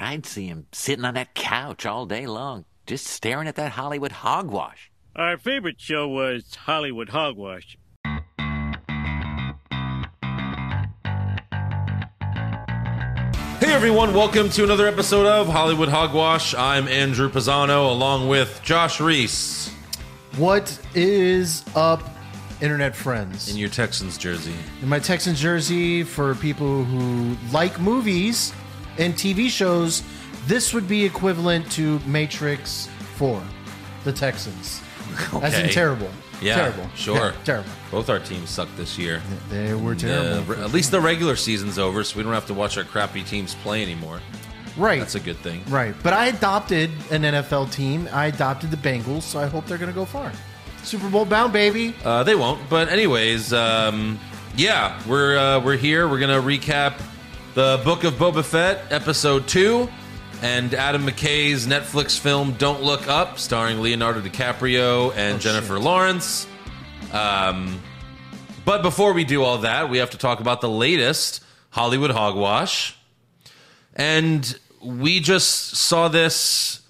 I'd see him sitting on that couch all day long, just staring at that Hollywood hogwash. Our favorite show was Hollywood Hogwash. Hey everyone, welcome to another episode of Hollywood Hogwash. I'm Andrew Pisano along with Josh Reese What is up, internet friends? in your Texans jersey. In my Texans jersey, for people who like movies and TV shows, this would be equivalent to Matrix 4, the Texans. As in Okay. terrible. Yeah, Terrible. Sure. Yeah, terrible. Both our teams suck this year. They were Uh, terrible. re- at least the regular season's over, so we don't have to watch our crappy teams play anymore. right. That's a good thing. Right. But I adopted an NFL team. I adopted the Bengals, so I hope they're going to go far. Super Bowl bound, baby. Uh, they won't. But anyways, um, yeah, we're uh, we're here. We're gonna recap the Book of Boba Fett, episode two, and Adam McKay's Netflix film Don't Look Up, starring Leonardo DiCaprio and Jennifer Lawrence. Um, but before we do all that, we have to talk about the latest Hollywood hogwash, and we just saw this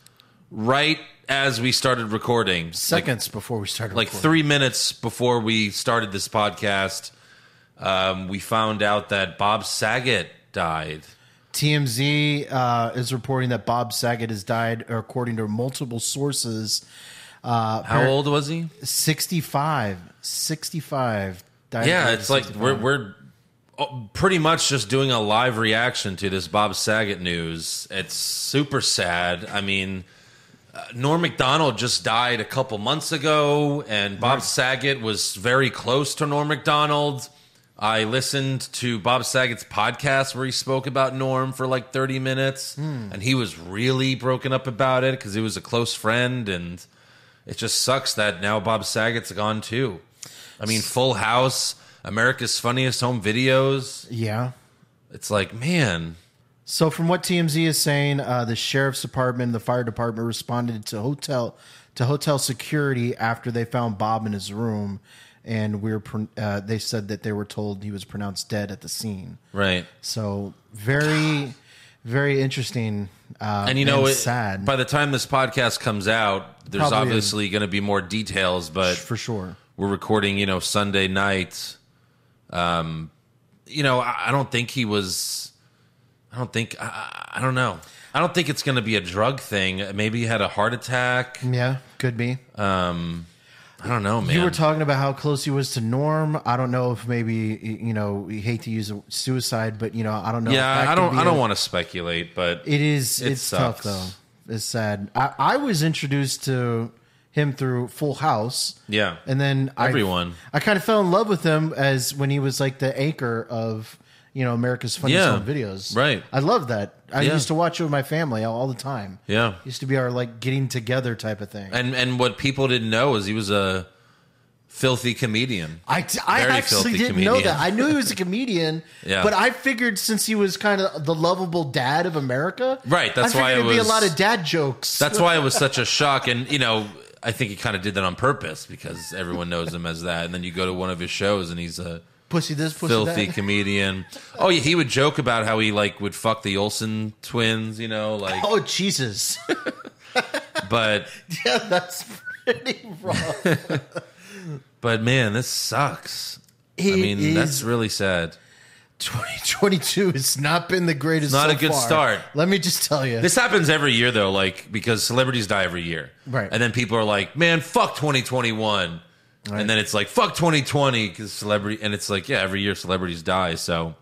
right as we started recording. Seconds before we started. like recording. three minutes before we started this podcast, um, we found out that Bob Saget died. TMZ uh, is reporting that Bob Saget has died, according to multiple sources. How old was he? 65. 65. Died at the Yeah, age it's of like 65. we're we're oh, pretty much just doing a live reaction to this Bob Saget news. It's super sad. I mean, uh, Norm Macdonald just died a couple months ago, and Bob Saget was very close to Norm Macdonald. I listened to Bob Saget's podcast where he spoke about Norm for like 30 minutes, and he was really broken up about it because he was a close friend, and it just sucks that now Bob Saget's gone too. I mean, Full House, America's Funniest Home Videos. Yeah. It's like, man, So, from what TMZ is saying, uh, the sheriff's department and the fire department responded to hotel to hotel security after they found Bob in his room, and we were pro- uh, they said that they were told he was pronounced dead at the scene. right? So, very, very interesting. Uh, And you know, it, sad by the time this podcast comes out, there's Probably obviously going to be more details, but for sure. we're recording, you know, Sunday night. Um, you know, I, I don't think he was. I don't think. I, I- I don't know. I don't think it's going to be a drug thing. Maybe he had a heart attack. Yeah, could be. I don't know, man. You were talking about how close he was to Norm. I don't know if maybe y- you know you hate to use the suicide, but you know I don't know. yeah, I don't. I don't want to speculate, but It is. It it's tough sucks. though. It's sad. I, I was introduced to him through Full House. Yeah. and then I- Everyone. I, kind of fell in love with him as when he was like the anchor of you know America's Funniest Yeah, Home Videos. right. I love that. I Yeah. used to watch it with my family all, all the time. Yeah. used to be our like getting together type of thing. And and what people didn't know is he was a filthy comedian. I, I Very actually filthy didn't know comedian. that. I knew he was a comedian, Yeah. but I figured since he was kind of the lovable dad of America, Right, that's I figured why it it'd be a was- lot of dad jokes. That's why it was such a shock. And you know, I think he kind of did that on purpose because everyone knows him as that. And then you go to one of his shows and he's a pussy this, pussy filthy that. comedian. Oh yeah, he would joke about how he like would fuck the Olsen twins. You know, like Oh Jesus! but yeah, that's pretty rough. but man, this sucks. I It mean, that's is- really sad. Twenty twenty two has not been the greatest. Not so a good far. start. Let me just tell you. This happens every year though, like because celebrities die every year. Right. And then people are like, "Man, fuck 2021." And then it's like, "Fuck 2020" cuz celebrity and it's like, yeah, every year celebrities die, so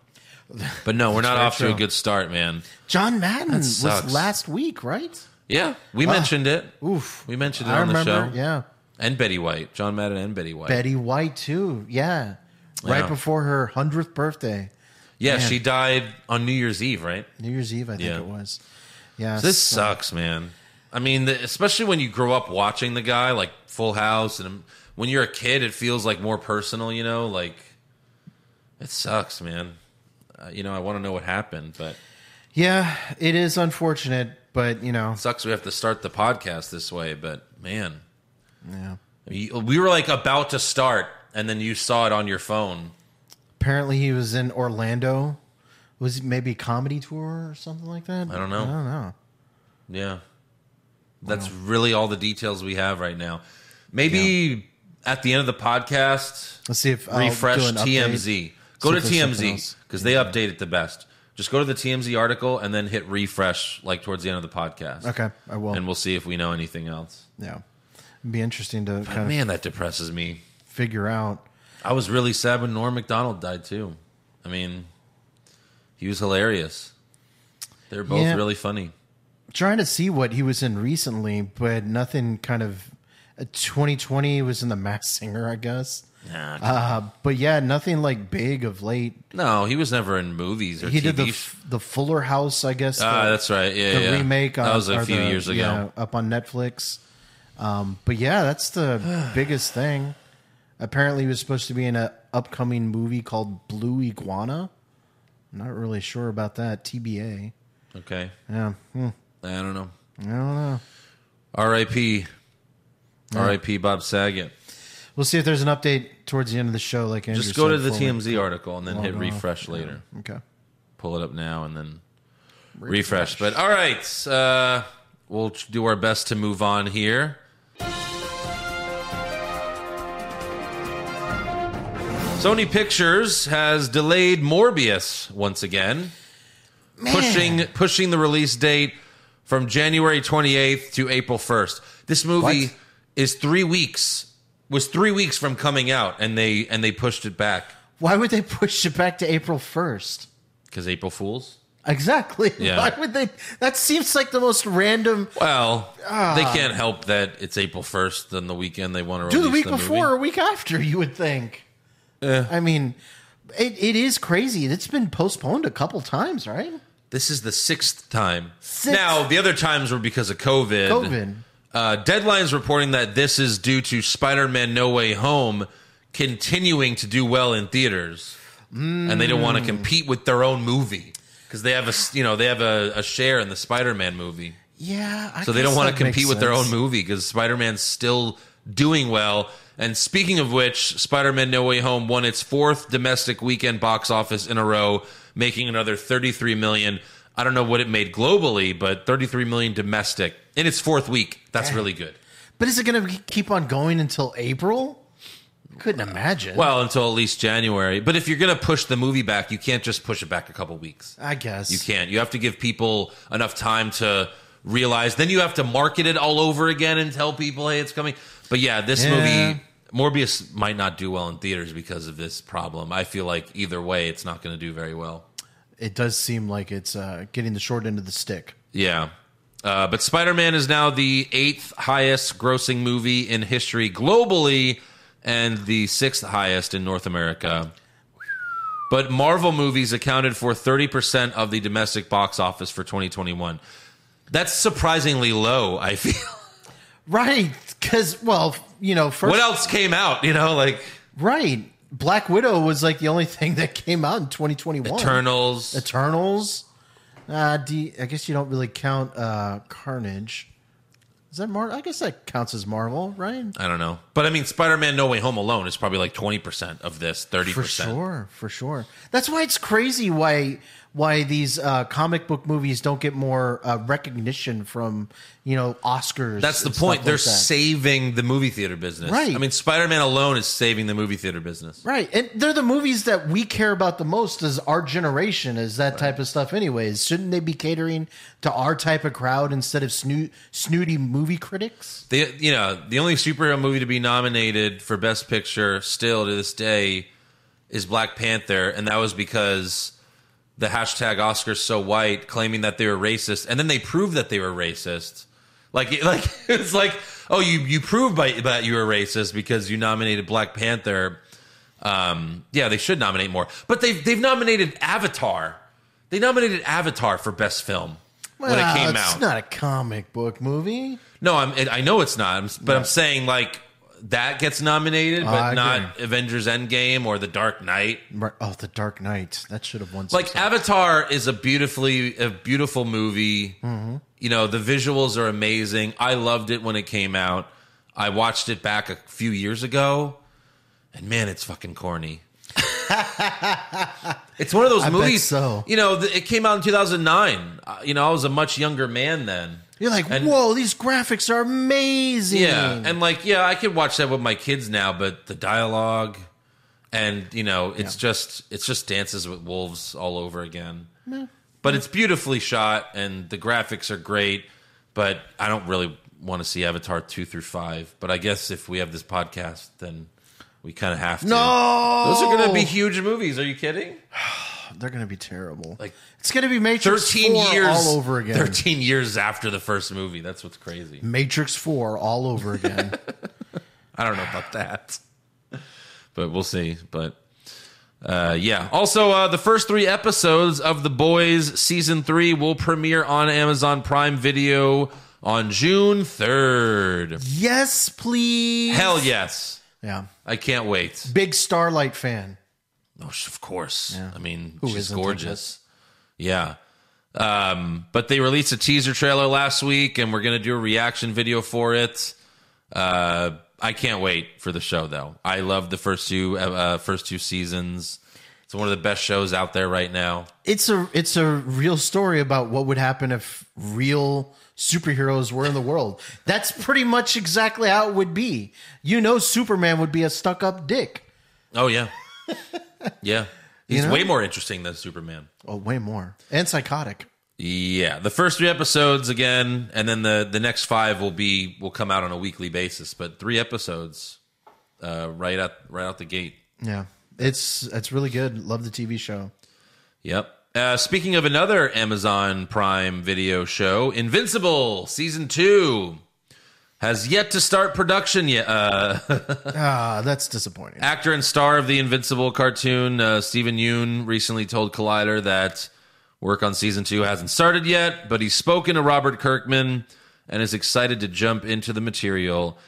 But no, we're not very off to a true. good start, man. John Madden was sucks. last week, right? Yeah, Ah. we mentioned it. Oof. We mentioned it I on the remember. show. Yeah. And Betty White, John Madden and Betty White. Betty White too. Yeah. Right Yeah. before her hundredth birthday, yeah, man. she died on New Year's Eve, right? New Year's Eve, I think Yeah. it was. Yeah. This so- sucks, man. I mean, the, especially when you grow up watching the guy like Full House, and um, when you're a kid, it feels like more personal, you know. Like, it sucks, man. Uh, you know, I want to know what happened, but Yeah, it is unfortunate, but you know, it sucks. We have to start the podcast this way, but man, yeah. we, we were like about to start, and then you saw it on your phone. Apparently, he was in Orlando was it maybe a comedy tour or something like that. I don't know. I don't know. Yeah. That's really all the details we have right now. Maybe at the end of the podcast, Let's see if I'll refresh do an update. TMZ. Go See to if there's something TMZ else. because they update it the best. Just go to the TMZ article and then hit refresh like towards the end of the podcast. Okay, I will. And we'll see if we know anything else. yeah, it'd be interesting to kind of Man, that depresses me. figure out. I was really sad when Norm McDonald died too. I mean, he was hilarious. They're both Yeah. really funny. Trying to see what he was in recently, but nothing kind of. uh, 2020 was in the Mass Singer, I guess. Nah, Uh, but yeah, nothing like big of late. no, he was never in movies or He TV. did the sh- f- the Fuller House, I guess. ah, the- that's right. Yeah, the yeah. remake. That on- was a or few the- years ago. yeah, up on Netflix. Um, but yeah, that's the biggest thing. Apparently, he was supposed to be in an upcoming movie called Blue Iguana. I'm not really sure about that. TBA. Okay, Yeah, hmm, I don't know. I don't know. R.I.P. R.I.P. Bob Saget. We'll see if there's an update towards the end of the show. Like Andrew Just go said, to the before we TMZ article and then hit log off. refresh later. Yeah, Okay. Pull it up now and then refresh. But all right, uh, we'll tr- do our best to move on here. Sony Pictures has delayed Morbius once again, pushing Eh. pushing the release date from January 28th to April 1st. This movie What? is 3 weeks was 3 weeks from coming out and they and they pushed it back Why would they push it back to April first? cuz April Fools. Exactly. Yeah. Why would they? That seems like the most random. Well, they can't help that it's April first, then the weekend they want to ah. do release the week movie. before or week after you would think i mean it, it is crazy it's been postponed a couple times right This is the sixth time. Sixth. Now the other times were because of COVID. covid Uh, Deadline's reporting that this is due to Spider-Man: No Way Home continuing to do well in theaters, and they don't want to Hmm. compete with their own movie because they have a s- you know they have a, a share in the Spider-Man movie. yeah I So they guess don't want that to compete makes with their own sense. movie because Spider Man's still doing well. And speaking of which, Spider Man No Way Home won its fourth domestic weekend box office in a row, making another 33 million. I don't know what it made globally, but 33 million domestic in its fourth week. That's really good. but is it going to keep on going until april I couldn't imagine Well, until at least January. But if you're going to push the movie back, you can't just push it back a couple weeks. i guess You can't. You have to give people enough time to realize. Then you have to market it all over again and tell people, hey, it's coming. But yeah, this Yeah. movie, Morbius might not do well in theaters because of this problem. I feel like either way, it's not going to do very well. it does seem like it's uh, getting the short end of the stick Yeah. Uh, but Spider Man is now the eighth highest grossing movie in history globally and the sixth highest in North America. But Marvel movies accounted for 30% of the domestic box office for 2021. That's surprisingly low, I feel. right because well you know first what else came out? You know, like right black widow was like the only thing that came out in 2021 Eternals. Eternals. Uh, do you- I guess you don't really count uh, Carnage. Is that Marvel? I guess that counts as Marvel, right? I don't know. But I mean, Spider Man No Way Home alone is probably like 20% of this, 30%. For sure, for sure. That's why it's crazy why why these uh, comic book movies don't get more uh, recognition from you know Oscars. That's the and point. stuff They're like that. saving the movie theater business. Right. I mean, Spider Man alone is saving the movie theater business. Right. And they're the movies that we care about the most as our generation is that type of stuff anyways. Shouldn't they be catering to our type of crowd instead of snoo- snooty movie critics? The you know the only superhero movie to be nominated for Best Picture still to this day is Black Panther, and that was because the hashtag Oscars so white claiming that they were racist, and then they proved that they were racist. Like it- like it's like oh you you proved by that you were racist because you nominated Black Panther. Um, yeah, they should nominate more, but they've they've nominated Avatar. They nominated Avatar for Best Film when it Well, came it's out. not a comic book movie. No, I'm. I know it's not. I'm, but I'm saying like that gets nominated, but Oh, I not Avengers Endgame or The Dark Knight. Right. Oh, The Dark Knight. That should have won. some Like stuff. Avatar is a beautifully a beautiful movie. Mm-hmm. You know the visuals are amazing. I loved it when it came out. I watched it back a few years ago, and man, it's fucking corny. It's one of those I bet movies. so. You know, th- it came out in 2009. Uh, you know, I was a much younger man then. You're like, And- whoa, these graphics are amazing. Yeah, Mm. and like, yeah, I could watch that with my kids now, but the dialogue, and you know, it's just it's just dances with wolves all over again. But it's beautifully shot, and the graphics are great. But I don't really want to see Avatar two through five. But I guess if we have this podcast, then we kind of have to. no, those are going to be huge movies. Are you kidding? They're gonna be terrible. Like, it's gonna be Matrix 13 4 years all over again. 13 years after the first movie that's what's crazy Matrix Four all over again. i don't know about that but we'll see but uh, yeah also uh, the first three episodes of the boys season three will premiere on amazon prime video on june 3rd yes, please. hell yes yeah. i can't wait Big Starlight fan. Oh, sh- of course. I mean, Who she's isn't, I gorgeous. Yeah. Um, but they released a teaser trailer last week, and we're gonna do a reaction video for it. Uh, I can't wait for the show, though. I love the first two uh, uh, first two seasons. It's one of the best shows out there right now. It's a it's a real story about what would happen if real superheroes were in the world. That's pretty much exactly how it would be. You know, Superman would be a stuck up dick. Oh yeah, yeah. He's know? way more interesting than Superman. Oh, way more and psychotic. Yeah, the first three episodes again, and then the the next five will be will come out on a weekly basis. But three episodes, uh, right out right out the gate. Yeah, it's it's really good. Love the TV show. Yep. Uh, speaking of another Amazon Prime Video show, Invincible season two has yet to start production yet. Uh, Ah, that's disappointing. Actor and star of the Invincible cartoon, uh, Steven Yeun, recently told Collider that work on season two hasn't started yet, but he's spoken to Robert Kirkman and is excited to jump into the material.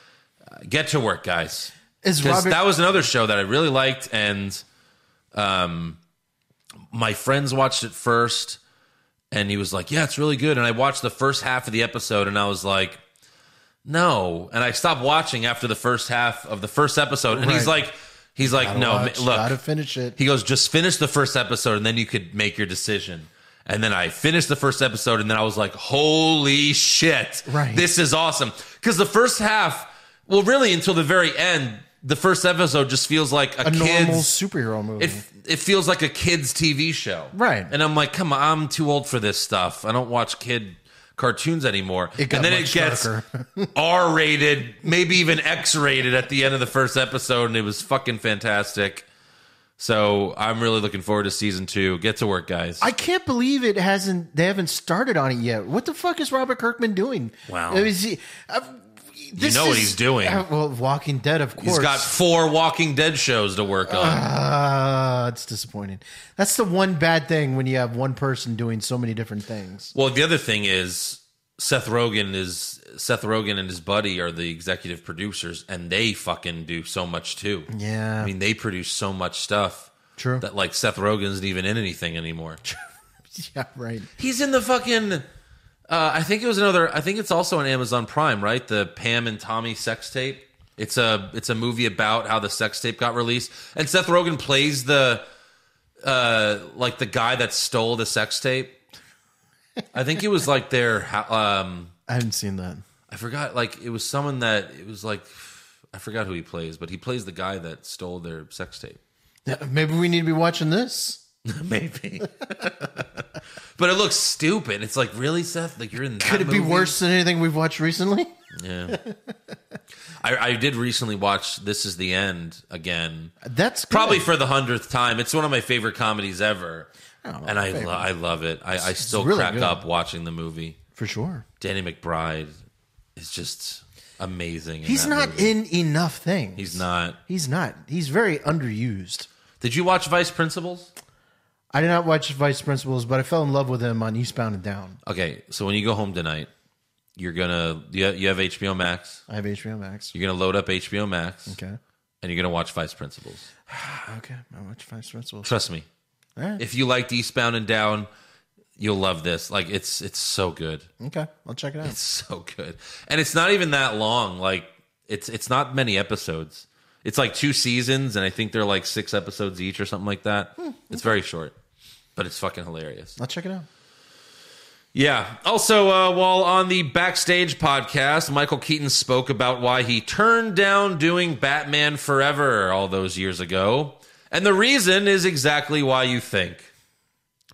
Uh, get to work, guys. Is 'Cause Robert that was another show that I really liked, and um, my friends watched it first, and he was like, "Yeah, it's really good." And I watched the first half of the episode, and I was like, "No," and I stopped watching after the first half of the first episode, and he's Right. like, "He's like, no, ma- watch, look, gotta finish it. he goes, just finish the first episode and then you could make your decision. And then I finished the first episode and then I was like, holy shit. Right. This is awesome. Because the first half, well, really until the very end, the first episode just feels like a, a normal kid's. superhero movie. it, it feels like a kid's TV show. Right. And I'm like, come on, I'm too old for this stuff. I don't watch kid cartoons anymore. It got and then much it gets darker. R rated, maybe even X rated at the end of the first episode, and it was fucking fantastic. So I'm really looking forward to season two. Get to work, guys. I can't believe it hasn't. They haven't started on it yet. What the fuck is Robert Kirkman doing? Wow. I mean, is he- I've- this know what is- he's doing. uh, well, Walking Dead, of course. Oh, He's got four Walking Dead shows to work on. Uh, it's disappointing. That's the one bad thing when you have one person doing so many different things. well, the other thing is Seth Rogen is Seth Rogen and his buddy are the executive producers, and they fucking do so much too. Yeah. I mean, they produce so much stuff. True. That like Seth Rogen isn't even in anything anymore. Yeah, right. He's in the fucking. Uh, I think it was another. I think it's also on Amazon Prime, right? The Pam and Tommy sex tape. It's a it's a movie about how the sex tape got released, and Seth Rogen plays the uh like the guy that stole the sex tape. I think it was like their ho- um I haven't seen that. I forgot like it was someone that it was like I forgot who he plays, but he plays the guy that stole their sex tape. Yeah, Maybe we need to be watching this. Maybe. but it looks stupid. It's like really Seth, like you're in that Could it be movie? worse than anything we've watched recently? Yeah. I, I did recently watch This Is the End again, That's good. probably for the hundredth time. It's one of my favorite comedies ever, know, and I lo- I love it. I, I still really crack good. up watching the movie. for sure. Danny McBride is just amazing. in He's that not movie. in enough things. He's not. He's not. He's very underused. Did you watch Vice Principals? I did not watch Vice Principals, but I fell in love with him on Eastbound and Down. Okay, so when you go home tonight, you're gonna you have, you have HBO Max. I have HBO Max. You're gonna load up HBO Max, Okay. and you're gonna watch Vice Principals. Okay. I watch Vice Principals. Trust me, All right. if you liked Eastbound and Down, you'll love this. Like it's it's so good, Okay. I'll check it out. so good, and it's not even that long. Like it's it's not many episodes. It's like two seasons, and I think they're like six episodes each or something like that. It's very short, but it's fucking hilarious. I'll check it out. Yeah. Also, uh, while on the backstage podcast, Michael Keaton spoke about why he turned down doing Batman Forever all those years ago. And the reason is exactly why you think.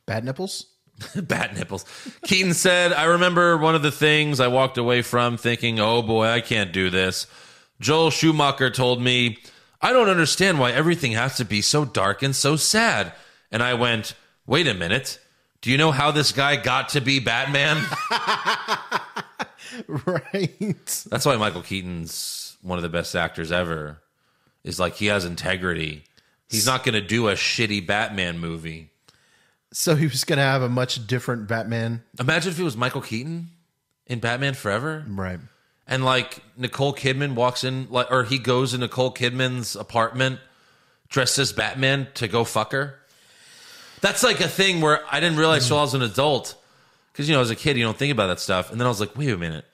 Bad nipples. Bat nipples. Keaton said, I remember one of the things I walked away from thinking, oh boy, I can't do this. Joel Schumacher told me, I don't understand why everything has to be so dark and so sad. And I went, wait a minute. Do you know how this guy got to be Batman? right. That's why Michael Keaton's one of the best actors ever. Is like he has integrity. He's not going to do a shitty Batman movie. So he was gonna have a much different Batman. Imagine if it was Michael Keaton in Batman Forever. Right. and like Nicole Kidman walks in, like, or he goes to Nicole Kidman's apartment dressed as Batman to go fuck her. That's like a thing where I didn't realize till I was an adult, because you know, as a kid, you don't think about that stuff. And then I was like, wait a minute,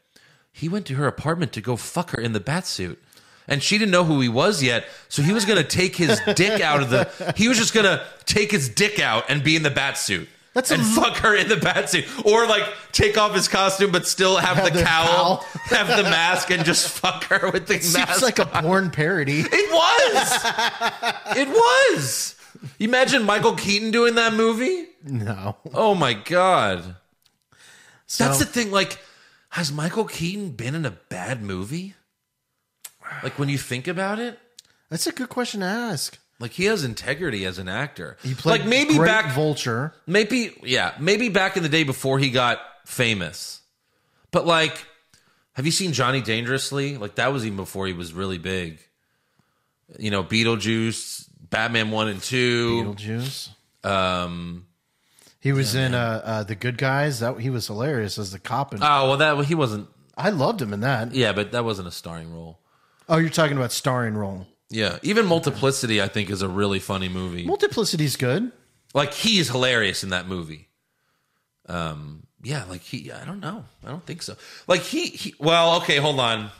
he went to her apartment to go fuck her in the bat suit, and she didn't know who he was yet, so he was gonna take his dick out of the. He was just gonna take his dick out and be in the bat suit. That's a and m- fuck her in the bat suit, or like take off his costume but still have, the, the cowl, cowl. have the mask, and just fuck her with the Seems mask. like a porn parody. it was. it was. You Imagine Michael Keaton doing that movie. No. Oh my god, So, that's the thing. Like, has Michael Keaton been in a bad movie? Like when you think about it, that's a good question to ask. like he has integrity as an actor. He played like maybe great back Vulture. Maybe, yeah, maybe back in the day before he got famous. But like, have you seen Johnny Dangerously? Like that was even before he was really big. You know, Beetlejuice, Batman one and two. Beetlejuice. Um, He was in uh, uh, the Good Guys. That he was hilarious as the cop, and oh well, that he wasn't. I loved him in that. Yeah, but that wasn't a starring role. Oh, you're talking about starring role. Yeah, even Multiplicity, I think, is a really funny movie. Multiplicity's good. Like he's hilarious in that movie. Um, yeah, like he. I don't know. I don't think so. Like he. he well, okay, hold on.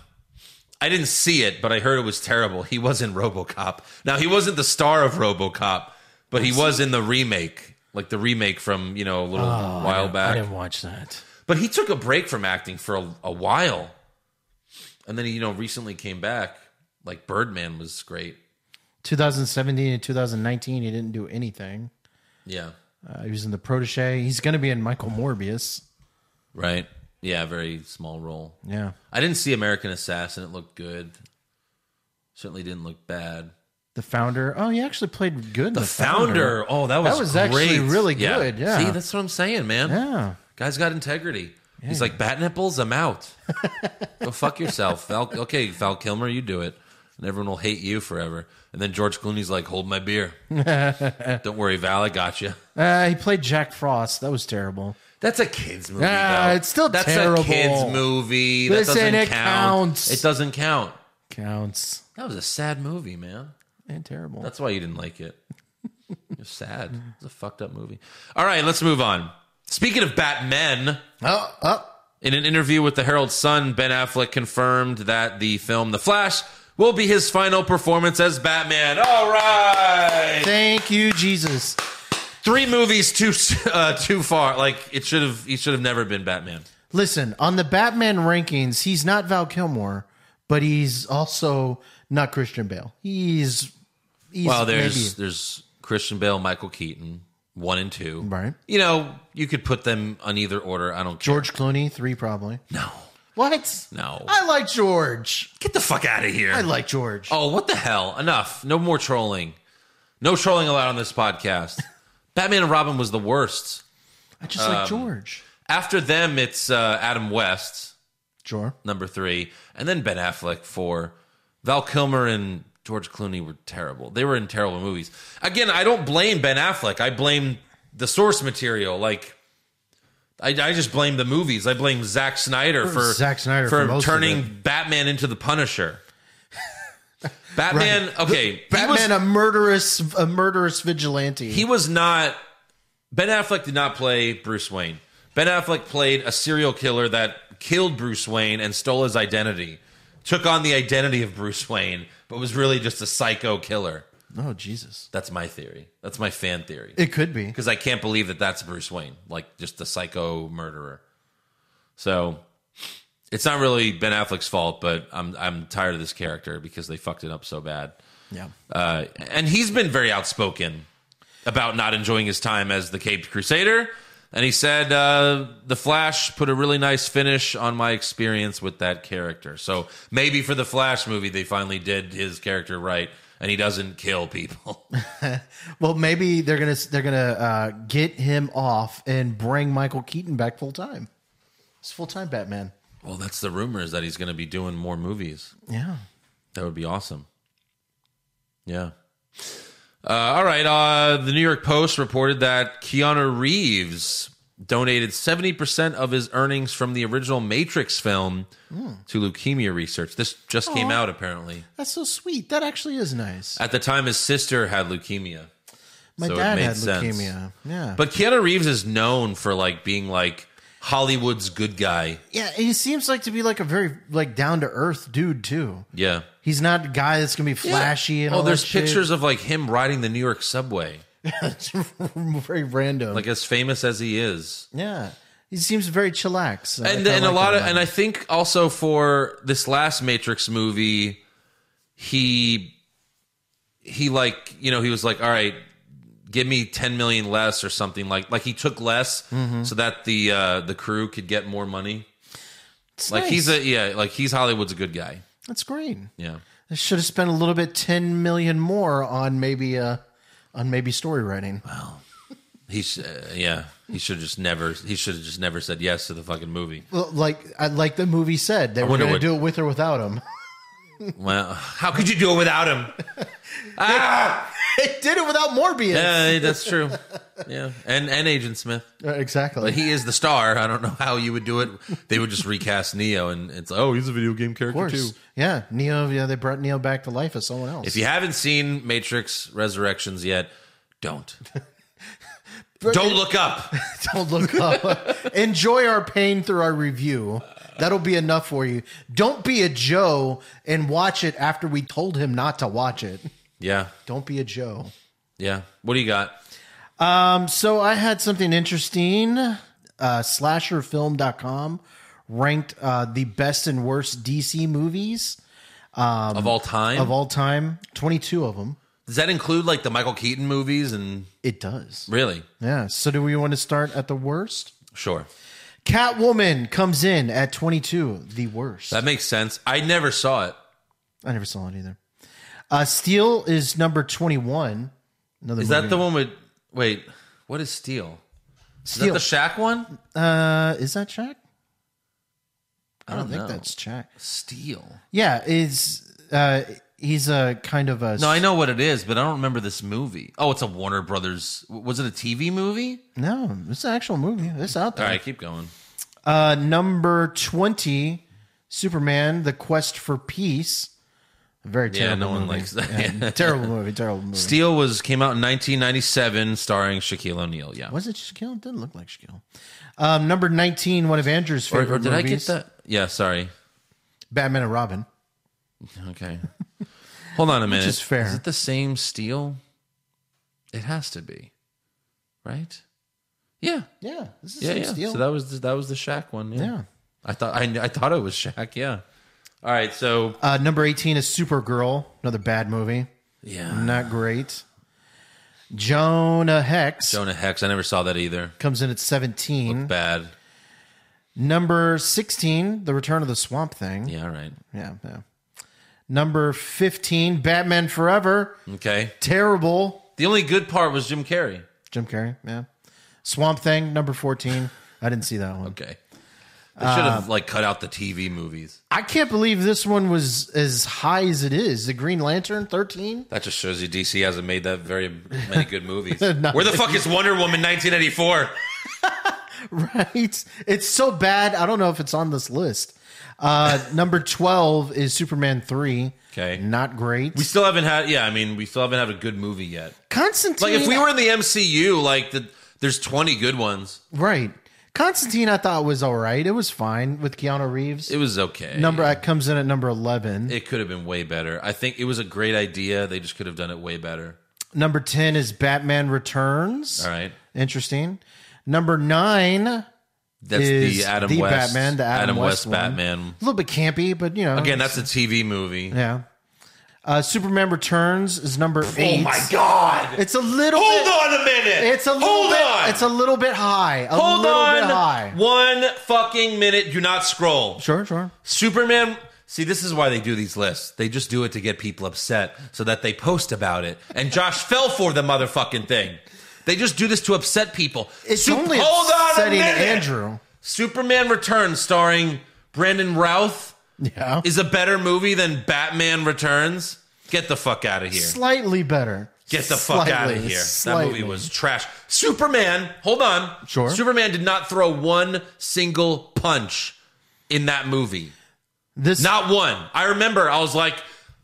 I didn't see it, but I heard it was terrible. He was in RoboCop. Now he wasn't the star of RoBoCop, but he was in the remake, like the remake from you know a little while back. watch that. But he took a break from acting for a, a while, and then he, you know recently came back. Like Birdman was great. 2017 and 2019, he didn't do anything. Yeah. Uh, he was in the Protege. He's going to be in Michael Morbius. Right. Yeah. Very small role. Yeah, I didn't see American Assassin. It looked good. Certainly didn't look bad. the founder. Oh, he actually played good. in The, founder. Oh, that was That was actually great. really good, yeah. See, that's what I'm saying, man. Yeah, Guy's got integrity. He's like bat nipples. I'm out. Go fuck yourself, Val. Okay, Val Kilmer, you do it, and everyone will hate you forever. And then George Clooney's like, "Hold my beer. Don't worry, Val. I got you." uh, he played Jack Frost. That was terrible. That's a kids movie. Ah, though. it's still that's terrible. a kids movie. That Listen, doesn't it count. counts. It doesn't count. Counts That was a sad movie, man. and terrible. That's why you didn't like it. You're sad. It's a fucked up movie. All right, let's move on. Speaking of Batman, oh, oh, in an interview with the Herald Sun, Ben Affleck confirmed that the film The Flash will be his final performance as Batman. All right. thank you, Jesus. Three movies too uh, too far. Like it should have he should have never been Batman. Listen, on the Batman rankings, he's not Val Kilmer, but he's also not Christian Bale. He's, he's Well, there's maybe- there's Christian Bale, Michael Keaton, 1 and 2. Right. You know, you could put them on either order. I don't care. George Clooney three probably. No. What? No. I like George. Get the fuck out of here. I like George. Oh, what the hell? Enough. No more trolling. No trolling allowed on this podcast. Batman and Robin was the worst. I just um, like George. After them, it's uh, Adam West, Sure. number three, and then Ben Affleck, four. Val Kilmer and George Clooney were terrible. They were in terrible movies. Again, I don't blame Ben Affleck. I blame the source material. Like, I, I just blame the movies. I blame Zack Snyder for Zack Snyder for for, most of turning Batman into the Punisher. Batman, okay, he was- Batman, a murderous, a murderous vigilante. he was not Ben Affleck did not play Bruce Wayne. Ben Affleck played a serial killer that killed Bruce Wayne and stole his identity. took on the identity of Bruce Wayne, but was really just a psycho killer. Oh Jesus, That's my theory. That's my fan theory. it could be. Because I can't believe that that's Bruce Wayne, like just the psycho murderer. So it's not really Ben Affleck's fault, but I'm I'm tired of this character because they fucked it up so bad. Yeah, Uh, and he's been very outspoken about not enjoying his time as the Caped Crusader. And he said, uh, The Flash put a really nice finish on my experience with that character. So maybe for the Flash movie, they finally did his character right and he doesn't kill people. Well, maybe they're gonna they're gonna uh, get him off and bring Michael Keaton back full time. It's full time Batman. well, that's the rumor is that he's going to be doing more movies. Yeah. That would be awesome. Yeah. Uh, all right. Uh, the New York Post reported that Keanu Reeves donated 70% of his earnings from the original Matrix film Hmm. to leukemia research. This just came out, apparently. That's so sweet. That actually is nice. At the time, his sister had leukemia. My Uh, so it dad made had sense. leukemia. Yeah. But Keanu Reeves is known for like being like Hollywood's good guy. yeah, he seems like to be like a very like down to earth dude too. Yeah. He's not a guy that's gonna be flashy and oh, all there's that shit. pictures of like him riding the New York subway. It's very random. Like as famous as he is. yeah. He seems very chillax. I and kinda and a like lot that of and I think also for this last Matrix movie, he he like you know he was like all right, give me ten million less or something like like he took less so that the uh, the crew could get more money. It's Like nice. he's a yeah like he's Hollywood's a good guy. that's great. Yeah, I should have spent a little bit ten million more on maybe uh on maybe story writing. he sh- uh, yeah he should just never he should have just never said yes to the fucking movie. Well, like I like the movie said, they were wonder going to what- do it with or without him. Well, how could you do it without him? ah, they did it without Morbius. yeah, Uh, that's true. Yeah, and and Agent Smith. Uh, exactly. But he is the star. I don't know how you would do it. They would just recast Neo, and it's oh, he's a video game of character too. course. Yeah, Neo. Yeah, they brought Neo back to life as someone else. If you haven't seen Matrix Resurrections yet, don't. But- don't look up. don't look up, enjoy our pain through our review. That'll be enough for you. Don't be a Joe and watch it after we told him not to watch it. Yeah, Don't be a Joe. Um, yeah. What do you got? So I had something interesting. Uh, slasherfilm.com ranked uh, the best and worst DC movies of all time? Um, of all time, 22 of them. Does that include like the Michael Keaton movies? And It does. really, Yeah. So do we want to start at the worst? sure, Catwoman comes in at 22, the worst. that makes sense. I never saw it. I never saw it either. Uh, Steel is number 21. Another Is that the one with? Wait, what is Steel? Is that Steel? the Shaq one? uh, is that Shaq? I don't, think know. that's Shaq. Steel. Yeah, is uh, he's a kind of a No, I know what it is, but I don't remember this movie. Oh, it's a Warner Brothers. Was it a TV movie? No, it's an actual movie. It's out All there. right, keep going. Uh, number 20, Superman, The Quest for Peace. A Very Yeah, terrible no one movie. likes that. Yeah, terrible movie, terrible movie. Steel was came out in 1997, starring Shaquille O'Neal. Yeah, was it Shaquille? It didn't look like Shaquille. Um, number 19, one of Andrew's or, favorite or did I get movies, that? Yeah, sorry. Batman and Robin. Okay, hold on a minute. is fair. Is it the same Steel? It has to be, right? Yeah, Yeah, this is yeah, yeah. Steel. So that was the, that was the Shaq one. Yeah. Yeah. I thought I I thought it was Shaq. Yeah. All right, so uh, number 18 is Supergirl, another bad movie. yeah, Not great. Jonah Hex Jonah Hex. I never saw that either. comes in at 17. Bad. Number 16, The Return of the Swamp Thing. Yeah. All right. Yeah, yeah. Number 15, Batman Forever. Okay. Terrible. The only good part was Jim Carrey. Jim Carrey, yeah. Swamp Thing, number 14. I didn't see that one. Okay. They should Um, have like cut out the TV movies. I can't believe this one was as high as it is. The Green Lantern, 13. That just shows you DC hasn't made that very many good movies. No. Where the fuck is Wonder Woman 1984? Right? It's so bad. I don't know if it's on this list. Uh, number 12 is Superman 3. Okay. Not great. We still haven't had. Yeah, I mean, we still haven't had a good movie yet. Constantine. Like if we were in the MCU, like the, there's 20 good ones. Right. Constantine, I thought was all right. It was fine with Keanu Reeves. It was okay. number that comes in at number eleven. It could have been way better. I think it was a great idea. They just could have done it way better. number ten is Batman Returns. All right. interesting. Number nine, a That's Is the Adam the West Batman, the Adam West one. Batman. little bit campy, but you know, Again, that's a TV movie. yeah. Uh, Superman Returns is number eight. Oh god. It's a little. bit- Hold on a minute. It's a little Hold bit. on. It's a little bit high. A Hold little on. bit high. One fucking minute. Do not scroll. Sure, sure. Superman. See, this is why they do these lists. They just do it to get people upset so that they post about it. And Josh fell for the motherfucking thing. They just do this to upset people. It's Sup- only hold on a upsetting minute. Andrew. Superman Returns, starring Brandon Routh, Yeah, is a better movie than Batman Returns. Get the fuck out of here. slightly better. Get the fuck Slightly, out of here. slightly. That movie was trash. Superman, hold on. Sure. Superman did not throw one single punch in that movie. this. Not one. I remember I was like,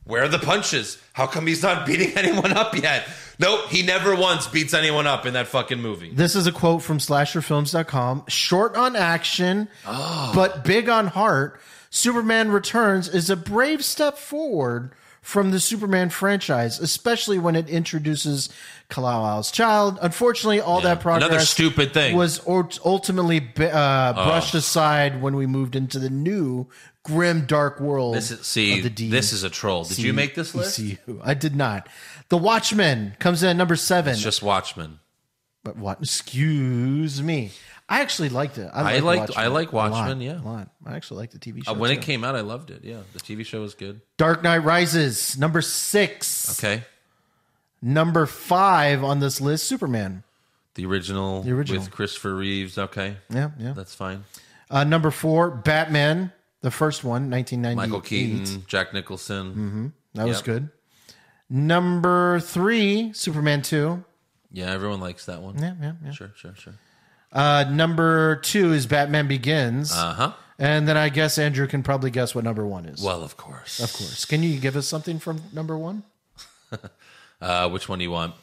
where are the punches? How come he's not beating anyone up yet? Nope, he never once beats anyone up in that fucking movie. This is a quote from slasherfilms.com. Short on action, Oh. but big on heart. Superman Returns is a brave step forward from the Superman franchise, especially when it introduces Kal-El's child. Unfortunately, all that progress Another stupid thing. Oh. was ult- ultimately bi- uh, brushed aside when we moved into the new grim dark world. This is, see, of the D- this is a troll. Did you make this list? DCU. I did not. The Watchmen comes in at number seven. It's just Watchmen. But what? Excuse me. I actually liked it. I liked- I like a lot, Watchmen, yeah. a lot. I actually liked the TV show. Uh, when too. it came out, I loved it. Yeah, the TV show was good. Dark Knight Rises, number six. Okay. Number five on this list, Superman. The original, The original. with Christopher Reeves. Okay. Yeah, yeah. That's fine. Uh, number four, Batman, the first one, 1998. Michael Keaton, Jack Nicholson. That was Yep. good. Number three, Superman 2. Yeah, everyone likes that one. Yeah, yeah, yeah. Sure, sure, sure. Uh, number two is Batman Begins. Uh huh. and then I guess Andrew can probably guess what number one is. Well, of course. Of course. Can you give us something from number one? Uh, which one do you want?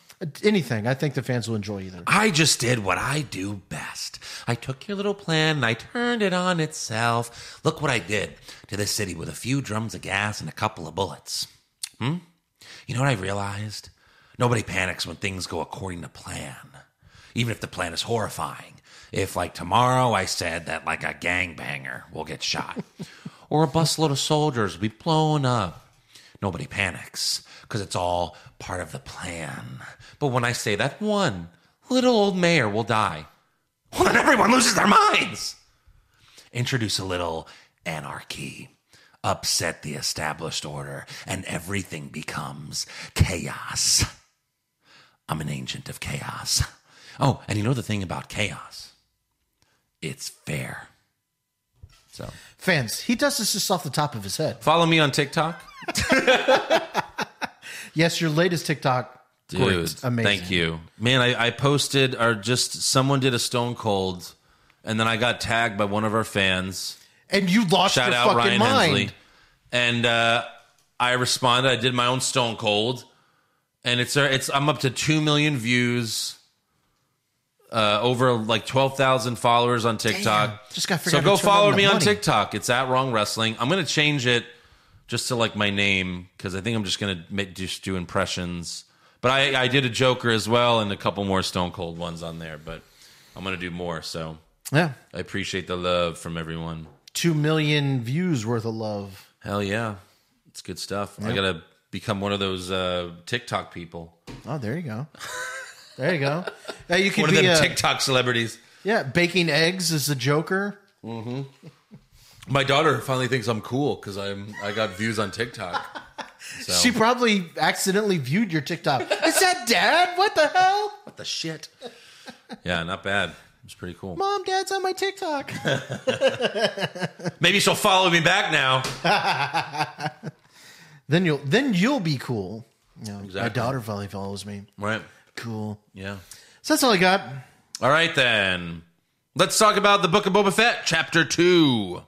Anything. I think the fans will enjoy either. I just did what I do best. I took your little plan and I turned it on itself. Look what I did to this city with a few drums of gas and a couple of bullets. Hmm? You know what I realized? Nobody panics when things go according to plan, even if the plan is horrifying. If, like tomorrow, I said that like a gangbanger will get shot, or a busload of soldiers will be blown up, nobody panics because it's all part of the plan. But when I say that one little old mayor will die, well, then everyone loses their minds introduce a little anarchy, upset the established order, and everything becomes chaos. I'm an agent of chaos. Oh, and you know the thing about chaos? It's fair. So Fans, he does this just off the top of his head. follow me on TikTok. Yes, your latest TikTok. Dude, Great. Amazing. thank you. Man, I, I posted or just someone did a stone cold and then I got tagged by one of our fans. And you lost Shout your out fucking Ryan mind. Hensley. And uh, I responded. I did my own Stone Cold, and it's uh, it's I'm up to two million views. Uh, over like twelve thousand followers on TikTok. Just gotta figure so out how go to turn on follow the me on money. TikTok. It's at Wrong Wrestling. I'm gonna change it just to like my name because I think I'm just gonna make, just do impressions. But I I did a Joker as well and a couple more Stone Cold ones on there. But I'm gonna do more. So Yeah. I appreciate the love from everyone. Two million views worth of love. Hell yeah. It's good stuff. I got to become one of those uh, TikTok people. Oh, there you go. There you go. Yeah, you could One of them be a, TikTok celebrities. yeah, baking eggs is the Joker. My daughter finally thinks I'm cool cuz I'm I got views on TikTok. So She probably accidentally viewed your TikTok. is that dad? What the hell? what the shit. Yeah, not bad. It's pretty cool. Mom, dad's on my TikTok. Maybe she'll follow me back now. then you'll then you'll be cool. You know, My Exactly. daughter finally follows me. Right. Cool. Yeah. So that's all I got. All right then. Let's talk about the Book of Boba Fett, Chapter 2.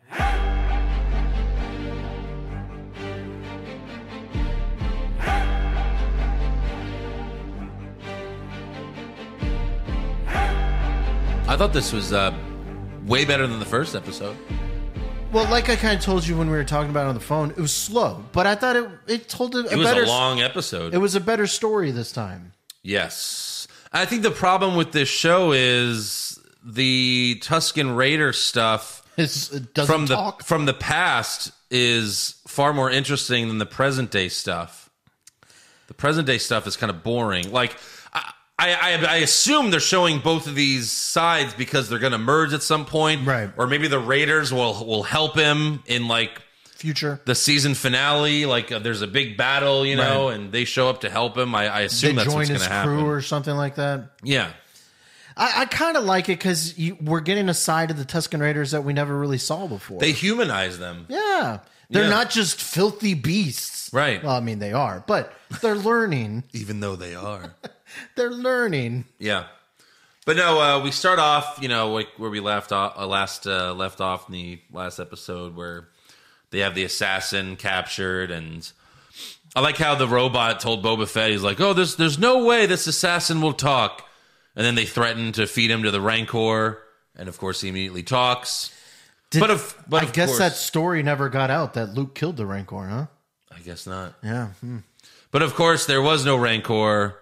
I thought this was uh, way better than the first episode. Well, like I kind of told you when we were talking about it on the phone, it was slow, but I thought it it told a, a It was better. a long episode. it was a better story this time. Yes. I think the problem with this show is the Tuscan Raider stuff It's, it doesn't from the talk. from the past is far more interesting than the present day stuff. The present day stuff is kind of boring. Like I I, I- I assume they're showing both of these sides because they're going to merge at some point, Right. Or maybe the Raiders will will help him in like future. the season finale. Like uh, there's a big battle, you know, and they show up to help him. I, I They assume that's join what's going his to crew happen. or something like that. yeah. I, I kind of like it because we're getting a side of the Tuscan Raiders that we never really saw before. They humanize them. yeah, they're Yeah. not just filthy beasts, Right. Well, I mean they are, but they're learning. Even though they are. they're learning. yeah. But no, uh, we start off, you know, like where we left off, uh, last uh, left off in the last episode, where they have the assassin captured, and I like how the robot told Boba Fett, he's like, "Oh, there's there's no way this assassin will talk," and then they threaten to feed him to the Rancor, and of course he immediately talks. Did- But of- but I of guess course- that story never got out that Luke killed the Rancor, huh? I guess not. Yeah. Hmm. But of course, there was no rancor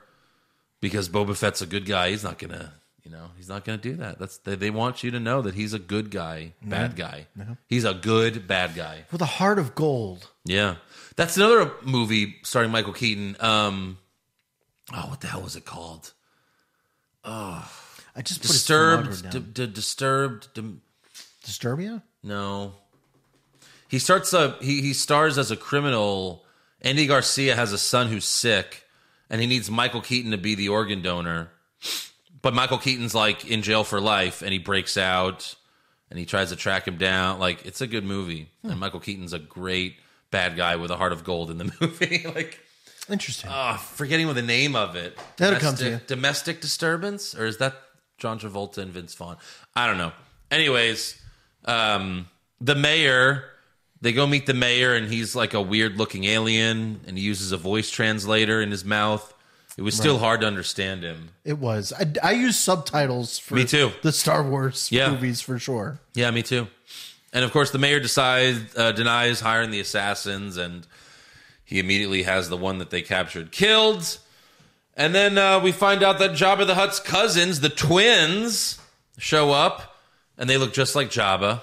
because Boba Fett's a good guy. He's not gonna, you know, he's not gonna do that. That's they, they want you to know that he's a good guy, bad guy. He's a good bad guy. With a heart of gold. Yeah, that's another movie starring Michael Keaton. Um, oh, what the hell was it called? I just put His Disturbed, d- thermometer down. d- disturbed. d- Disturbia. no, he starts a he he stars as a criminal. Andy Garcia has a son who's sick, and he needs Michael Keaton to be the organ donor. But Michael Keaton's like in jail for life, and he breaks out, and he tries to track him down. Like it's a good movie, and Michael Keaton's a great bad guy with a heart of gold in the movie. like Interesting. oh, forgetting what the name of it. That'll come to Domestic- you. Domestic disturbance, or is that John Travolta and Vince Vaughn? I don't know. Anyways, um, the mayor. They go meet the mayor, and he's like a weird-looking alien, and he uses a voice translator in his mouth. It was still hard to understand him. it was. I, I use subtitles for Me too. the Star Wars Yeah. movies for sure. Yeah, me too. And of course, the mayor decides uh, denies hiring the assassins, and he immediately has the one that they captured killed. And then uh, we find out that Jabba the Hutt's cousins, the twins, show up, and they look just like Jabba.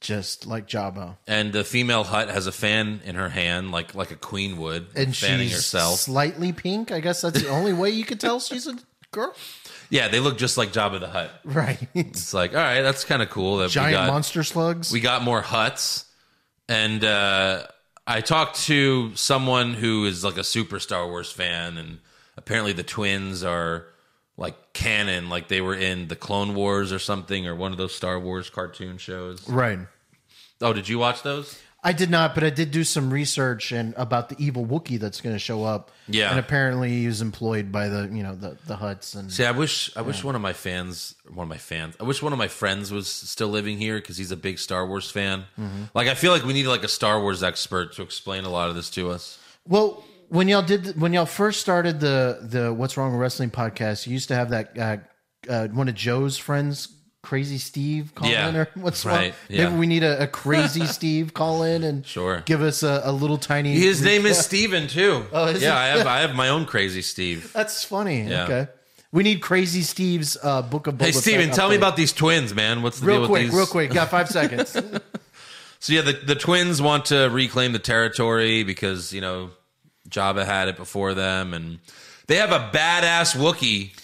Just like Jabba. And the female Hut has a fan in her hand, like like a queen would, and fanning she's herself. slightly pink. I guess that's the only way you could tell she's a girl. yeah, they look just like Jabba the Hutt. Right. It's like, all right, that's kind of cool. That we Giant got- monster slugs. we got more huts and uh, i talked to someone who is like a super star wars fan and apparently the twins are like canon like they were in the clone wars or something or one of those star wars cartoon shows right. oh did you watch those I did not, but I did do some research and about the evil Wookiee that's going to show up. Yeah. And apparently he was employed by the, you know, the, the Huts and see i wish i wish one of my fans one of my fans i wish one of my friends was still living here because he's a big star wars fan like i feel like we need like a star wars expert to explain a lot of this to us Well, when y'all did when y'all first started the the What's Wrong with Wrestling podcast, you used to have that uh, uh, one of Joe's friends, Crazy Steve, call Yeah, in or what's right, wrong. yeah. Maybe we need a, a Crazy Steve call in and Sure. give us a, a little tiny. his name is steven too oh, is yeah it? i have i have my own crazy steve That's funny. Yeah. Okay, we need Crazy Steve's uh, book of. Boba Hey, Steven, Fett tell me update. about these twins, man. What's the deal Real with quick, these? real quick. Got five seconds. So yeah, the, the twins want to reclaim the territory because you know Jabba had it before them, and they have a badass Wookiee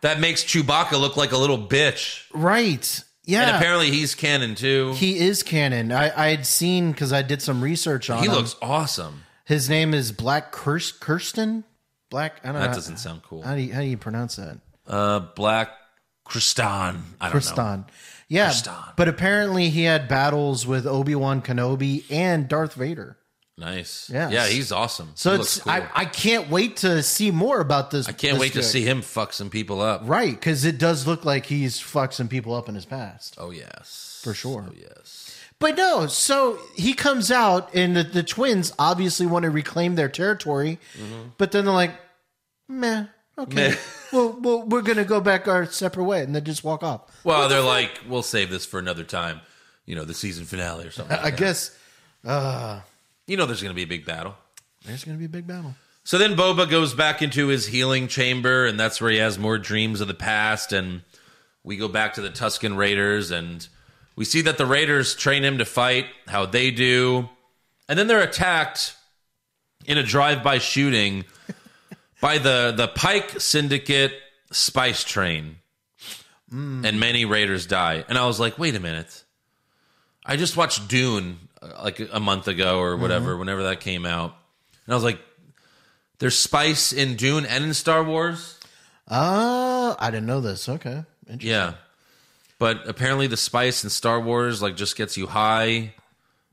that makes Chewbacca look like a little bitch. right. And Yeah. apparently, he's canon too. He, he is canon. I, I had seen because I did some research on him. looks awesome. His name is Black Kirst, Kirsten. Black. Uh, I don't know. That doesn't sound cool. How do you, how do you pronounce that? Uh, Black Kristan. I don't know. Kristan. Yeah. Kristan. But apparently he had battles with Obi-Wan Kenobi and Darth Vader. Nice. Yes. Yeah, he's awesome. So He it's looks cool. I, I can't wait to see more about this. I can't wait to see him fuck some people up. Right, because it does look like he's fucked some people up in his past. Oh yes, For sure. Oh yes. But no, so he comes out and the, Mm-hmm. the twins obviously want to reclaim their territory, but then they're like, meh, Okay. well, well, we're gonna go back our separate way, and then just walk off. Well, they're like, we'll save this for another time. You know, the season finale or something. I Like that. guess You know, there's going to be a big battle. there's gonna be a big battle. So then Boba goes back into his healing chamber, and that's where he has more dreams of the past. And we go back to the Tuscan Raiders, and we see that the Raiders train him to fight, how they do. And then they're attacked in a drive by shooting by the, the Pike Syndicate spice train. And many Raiders die. And I was like, wait a minute. I just watched Dune uh, like a month ago or whatever, whenever that came out. And I was like, there's spice in Dune and in Star Wars. Ah, I didn't know this. Okay. Interesting. Yeah. But apparently the spice in Star Wars like just gets you high.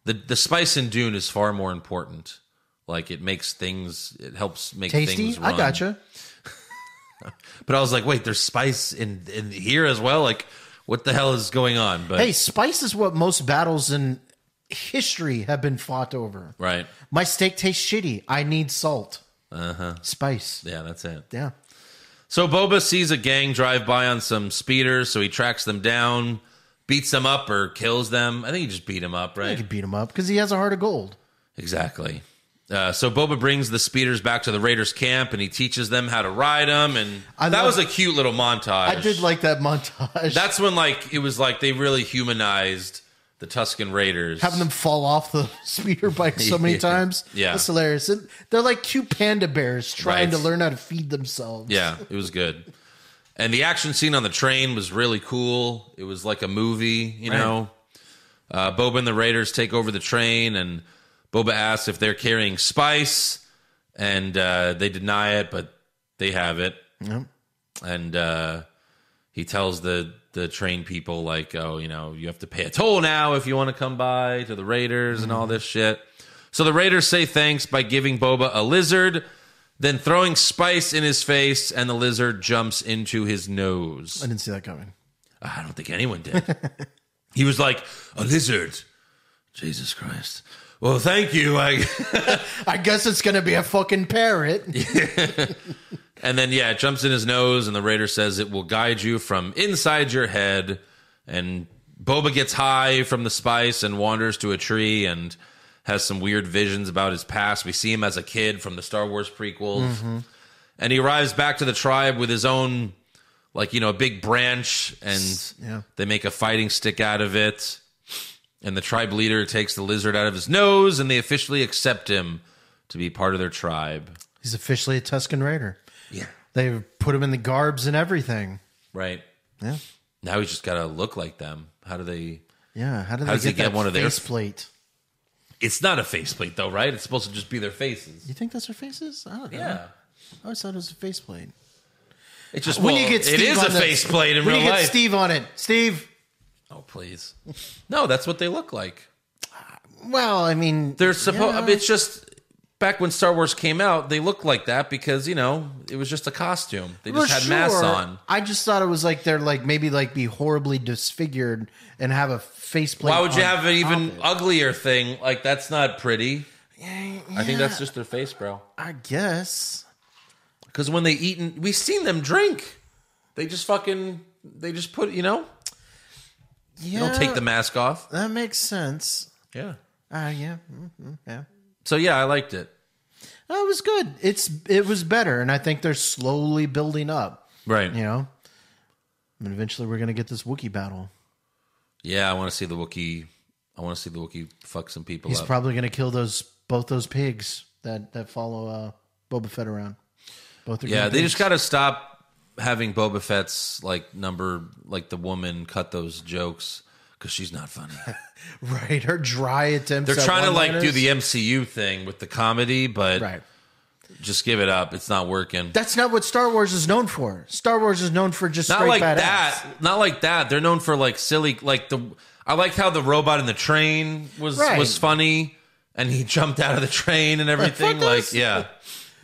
The the spice in Dune is far more important. Like it makes things it helps make Tasty. things run. I gotcha. But I was like, wait, there's spice in in here as well? Like what the hell is going on? But Hey, spice is what most battles in history have been fought over. right. My steak tastes shitty. I need salt. Uh huh. Spice. Uh-huh. Yeah, that's it. Yeah. So Boba sees a gang drive by on some speeders, so he tracks them down, beats them up or kills them. I think he just beat him up, I right? could beat him up because he has a heart of gold. Exactly. Uh, so Boba brings the speeders back to the Raiders camp, and he teaches them how to ride them, and I that was love- a cute little montage. I did like that montage. That's when like it was like they really humanized the Tuscan Raiders. having them fall off the speeder bike so many Yeah. times. Yeah. That's hilarious. And they're like cute panda bears Right. trying to learn how to feed themselves. yeah, it was good. And the action scene on the train was really cool. It was like a movie, you know. Uh, Boba and the Raiders take over the train, and Boba asks if they're carrying spice, and uh, they deny it, but they have it. and uh, he tells the the train people like, oh, you know, you have to pay a toll now if you want to come by to the Raiders and all this shit. So the Raiders say thanks by giving Boba a lizard, then throwing spice in his face, and the lizard jumps into his nose. I didn't see that coming. I don't think anyone did. he was like a lizard. Jesus Christ. Well, thank you. I. I guess it's going to be a fucking parrot. And then yeah, it jumps in his nose, and the raider says it will guide you from inside your head. And Boba gets high from the spice and wanders to a tree and has some weird visions about his past. We see him as a kid from the Star Wars prequels, and he arrives back to the tribe with his own, like you know, a big branch, and Yeah. they make a fighting stick out of it. And the tribe leader takes the lizard out of his nose, and they officially accept him to be part of their tribe. He's officially a Tuscan Raider. Yeah. They put him in the garbs and everything. Right. Yeah. Now he's just got to look like them. How do they? Yeah. How do they How does get, he get that one of their- face plate? It's not a faceplate though, right? It's supposed to just be their faces. You think that's their faces? I don't know. I always thought it was a face plate. It's just When well, you get Steve it is on a the- faceplate in when real you life. get Steve on it. Steve. oh please, no, that's what they look like. Well, I mean, They're supposed. Yeah. It's just back when Star Wars came out, they looked like that because you know it was just a costume. They just Well, had masks sure. on. I just thought it was like they're like maybe like be horribly disfigured and have a faceplate. Why would you on have an even top of it. uglier thing? Like that's not pretty. I think that's just their face, bro. I guess. Because when they eat, and we've seen them drink. They just fucking. They just put. You know. Yeah, They don't take the mask off. That makes sense. Yeah. Uh, yeah, mm-hmm, yeah. So yeah, I liked it. That was good. It's it was better, and I think they're slowly building up. Right. You Yeah. know, and eventually we're gonna get this Wookiee battle. I want to see the Wookiee. I want to see the Wookiee fuck some people He's up. probably gonna kill those both those pigs that that follow uh, Boba Fett around. Both are yeah, gonna they pigs. just got to stop having Boba Fett's like number, like the woman cut those jokes because she's not funny. right her dry attempts. They're at trying to like do one-liners. the MCU thing with the comedy, but right. just give it up. It's not working. That's not what Star Wars is known for. Star Wars is known for just not straight like badass. that. Not like that. They're known for like silly, like the. I liked how the robot in the train was Right. was funny, and he jumped out of the train and everything. fuck like this. yeah,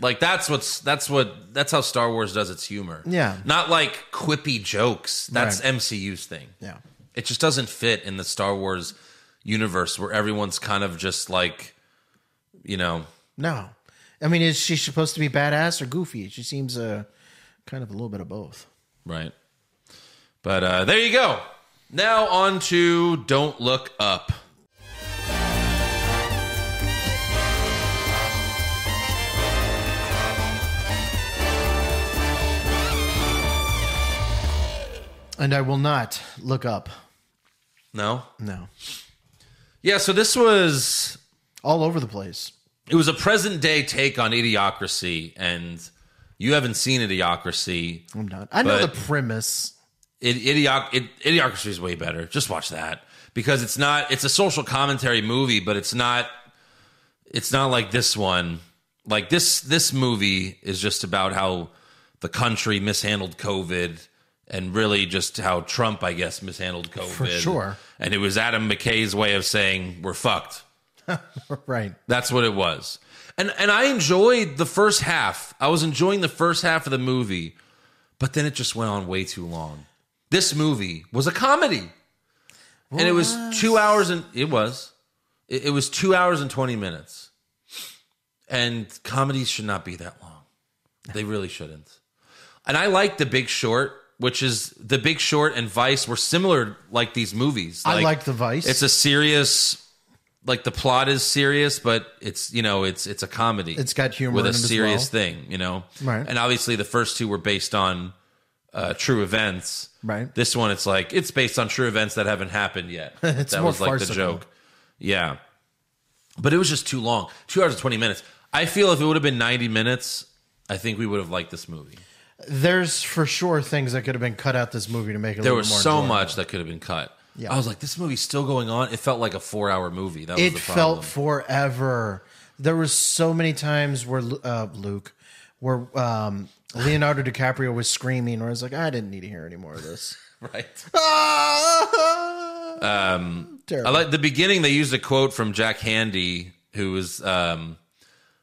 like that's what's that's what that's how Star Wars does its humor. Yeah. not like quippy jokes. That's Right. MCU's thing. Yeah. It just doesn't fit in the Star Wars universe where everyone's kind of just like, you know, No. I mean, is she supposed to be badass or goofy? She seems uh, kind of a little bit of both. Right. But uh, there you go. Now on to Don't Look Up. And I will not look up. No? No. Yeah, so this was All over the place. it was a present day take on idiocracy and you haven't seen idiocracy. I'm not. I know But- the premise. It, idioc- it, idiocracy is way better. Just watch that because it's not it's a social commentary movie, but it's not it's not like this one. Like this this movie is just about how the country mishandled COVID and really just how Trump, I guess, mishandled COVID. sure. And it was Adam McKay's way of saying we're fucked. Right. That's what it was. And and I enjoyed the first half. I was enjoying the first half of the movie, but then it just went on way too long. This movie was a comedy. And it was two hours and it was. It, it was two hours and twenty minutes. And comedies should not be that long. They really shouldn't. And I like the big short, which is the big short and Vice were similar like these movies. I like The Vice. It's a serious like the plot is serious, but it's you know it's it's a comedy. It's got humor with in a it as serious well. thing, you know. Right. And obviously, the first two were based on uh, true events. Right. This one, it's like it's based on true events that haven't happened yet. It's that more was like the farcical. joke. Yeah. But it was just too long. Two hours and twenty minutes. I feel if it would have been ninety minutes, I think we would have liked this movie. There's for sure things that could have been cut out this movie to make it. a There little was more so enjoyable. much that could have been cut. Yeah. I was like, this movie's still going on. It felt like a four-hour movie. That was It the problem. felt forever. There was so many times where Lu- uh, Luke, where um, Leonardo DiCaprio was screaming, where I was like, "Ah, I didn't need to hear any more of this. right. um, I like the beginning. They used a quote from Jack Handy, who was um,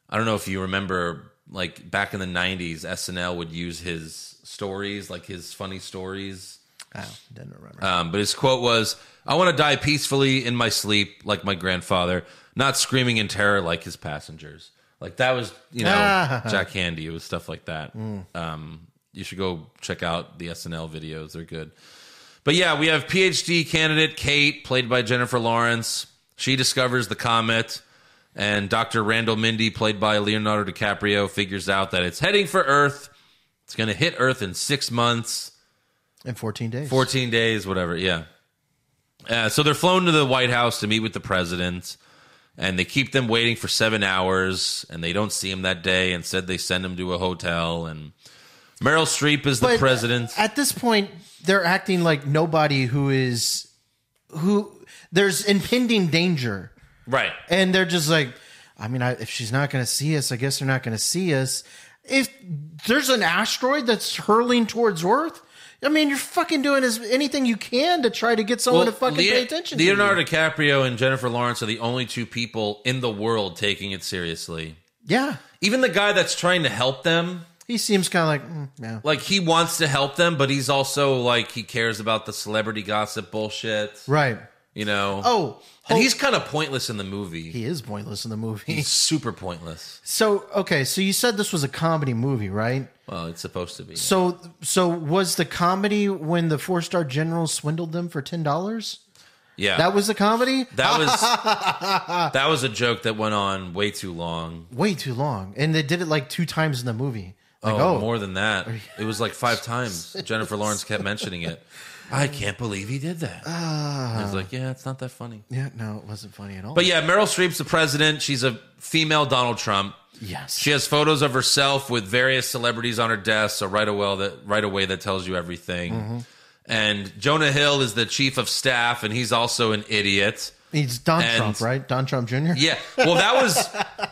I don't know if you remember, like back in the '90s, SNL would use his stories, like his funny stories. oh, didn't remember. Um, but his quote was, "I want to die peacefully in my sleep, like my grandfather, not screaming in terror like his passengers." Like that was, you know, Jack Handy. It was stuff like that. Um, you should go check out the SNL videos; they're good. But yeah, we have PhD candidate Kate, played by Jennifer Lawrence. She discovers the comet, and Dr. Randall Mindy, played by Leonardo DiCaprio, figures out that it's heading for Earth. It's going to hit Earth in six months. In 14 days. 14 days, whatever. Yeah. Uh, so they're flown to the White House to meet with the president, and they keep them waiting for seven hours, and they don't see him that day. Instead, they send him to a hotel, and Meryl Streep is the But uh, president. At this point, they're acting like nobody who is who there's impending danger. right. And they're just like, I mean, I, if she's not going to see us, I guess they're not going to see us. If there's an asteroid that's hurling towards Earth, I mean, you're fucking doing as anything you can to try to get someone to fucking Lea- pay attention. to you. Leonardo DiCaprio and Jennifer Lawrence are the only two people in the world taking it seriously. yeah, Even the guy that's trying to help them, he seems kind of like, mm, yeah, like he wants to help them, but he's also like he cares about the celebrity gossip bullshit. right. You know. Oh, And Hulk- he's kind of pointless in the movie. he is pointless in the movie. He's super pointless. So okay, so you said this was a comedy movie, right? Well, it's supposed to be. So so was the comedy when the four star general swindled them for ten dollars? Yeah. That was the comedy? that was that was a joke that went on way too long. Way too long. And they did it like two times in the movie. Like, oh, oh, more than that. It was like five times. Jennifer Lawrence kept mentioning it. I can't believe he did that. I Ah. was like, yeah, it's not that funny. Yeah, no, it wasn't funny at all. But yeah, Meryl Streep's the president. She's a female Donald Trump. yes. She has photos of herself with various celebrities on her desk. So right away, that right away that tells you everything. Mm-hmm. And Jonah Hill is the chief of staff, and he's also an idiot. He's Don And- Trump, right? Don Trump Jr. Yeah. Well, that was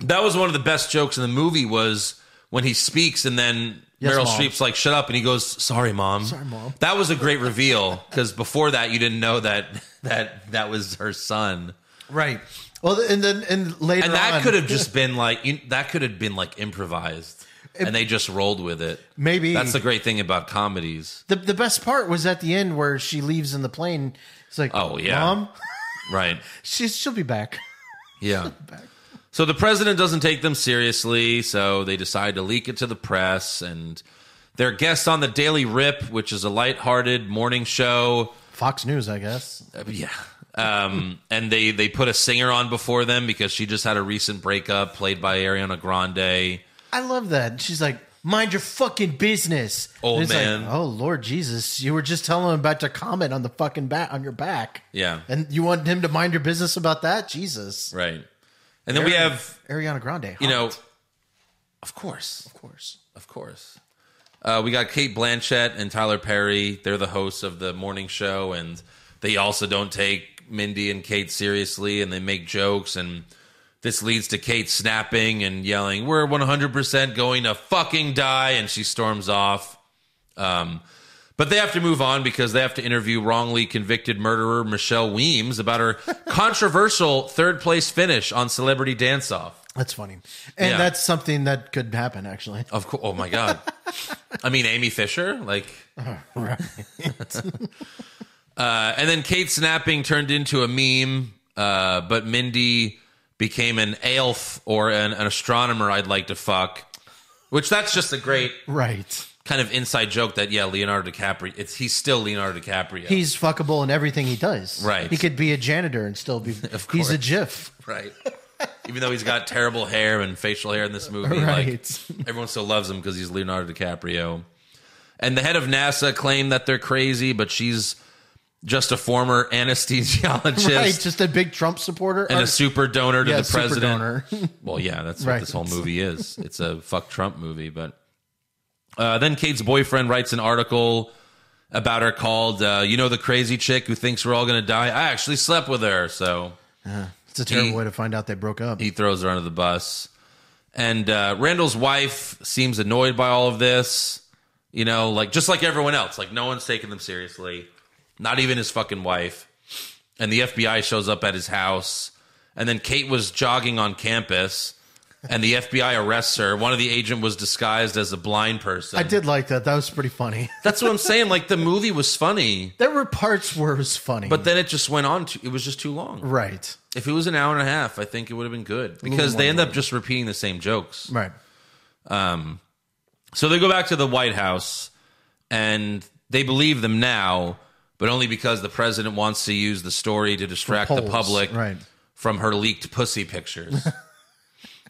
that was one of the best jokes in the movie was when he speaks and then Yes, Meryl Mom. Streep's like, "Shut up," and he goes, "Sorry, mom." Sorry, Mom. That was a great reveal because before that, you didn't know that that that was her son, Right. Well, and then and later and that on, could have just been like you, that could have been like improvised, and they just rolled with it. maybe That's the great thing about comedies, the the best part was at the end where she leaves in the plane. It's like, Oh, yeah. mom, right? she's she'll be back. Yeah. So the president doesn't take them seriously, so they decide to leak it to the press and They're guests on the Daily Rip, which is a lighthearted morning show. Fox News, I guess. Uh, yeah. Um, and they they put a singer on before them because she just had a recent breakup, played by Ariana Grande. I love that. She's like, mind your fucking business. Old And it's man. Like, oh Lord Jesus, you were just telling him about your comment on the fucking back on your back. Yeah. And you want him to mind your business about that? Jesus. Right. And then we have Ariana Grande. you know, hot, of course, of course. of course. Uh, we got Kate Blanchett and Tyler Perry. They're the hosts of the morning show, and they also don't take Mindy and Kate seriously, and they make jokes, and this leads to Kate snapping and yelling, "We're 100% going to fucking die," and she storms off. Um, but they have to move on because they have to interview wrongly convicted murderer Michelle Weems about her controversial third place finish on Celebrity Dance Off. That's funny. And Yeah. that's something that could happen actually. Of course. Oh my god. I mean, Amy Fisher, like. uh, and then Kate snapping turned into a meme, uh, but Mindy became an elf or an, an astronomer. I'd like to fuck. Which that's just a great Right. kind of inside joke that yeah, Leonardo DiCaprio. It's he's still Leonardo DiCaprio. He's fuckable in everything he does. Right. He could be a janitor and still be Of he's a course. GIF. right. Even though he's got terrible hair and facial hair in this movie, like Right. Everyone still loves him because he's Leonardo DiCaprio. And the head of NASA claimed that they're crazy, but she's just a former anesthesiologist right. Just a big Trump supporter. and Or- a super donor to yeah, the super president. donor. Well, yeah, that's what Right. this whole movie is. It's a fuck Trump movie. But uh, then Kate's boyfriend writes an article about her called uh, "You know the crazy chick who thinks we're all going to die." I actually slept with her, so it's a terrible He- way to find out they broke up. he throws her under the bus. And uh, Randall's wife seems annoyed by all of this, you know, like just like everyone else, like no one's taking them seriously, not even his fucking wife. And the FBI shows up at his house, and then Kate was jogging on campus, and the FBI arrests her. One of the agent was disguised as a blind person. I did like that. That was pretty funny. That's what I'm saying. Like the movie was funny, There were parts where it was funny. but then it just went on. To, it was just too long. right. If it was an hour and a half, I think it would have been good because they end up just repeating the same jokes. Right. So they go back to the White House and they believe them now, but only because the president wants to use the story to distract the polls, public right. from her leaked pussy pictures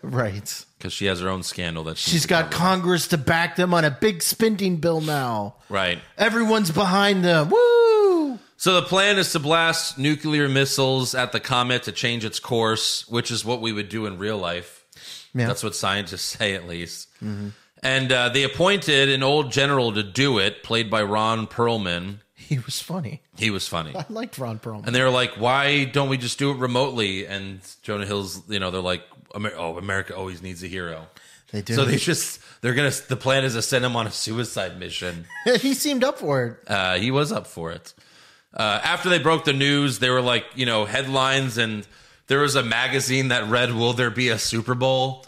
Right. because she has her own scandal that she She's got Congress to back them on a big spending bill now. right. Everyone's behind them. Woo! So the plan is to blast nuclear missiles at the comet to change its course, which is what we would do in real life. Yeah. Mm-hmm. That's what scientists say, at least. And uh, they appointed an old general to do it, played by Ron Perlman. He was funny. He was funny. I liked Ron Perlman. And they were like, "Why don't we just do it remotely?" And Jonah Hill's, you know, they're like, Amer- "Oh, America always needs a hero." they do. So they just they're gonna. The plan is to send him on a suicide mission. he seemed up for it. Uh, he was up for it. Uh, after they broke the news, they were like, you know, headlines, and there was a magazine that read, "Will there be a Super Bowl?"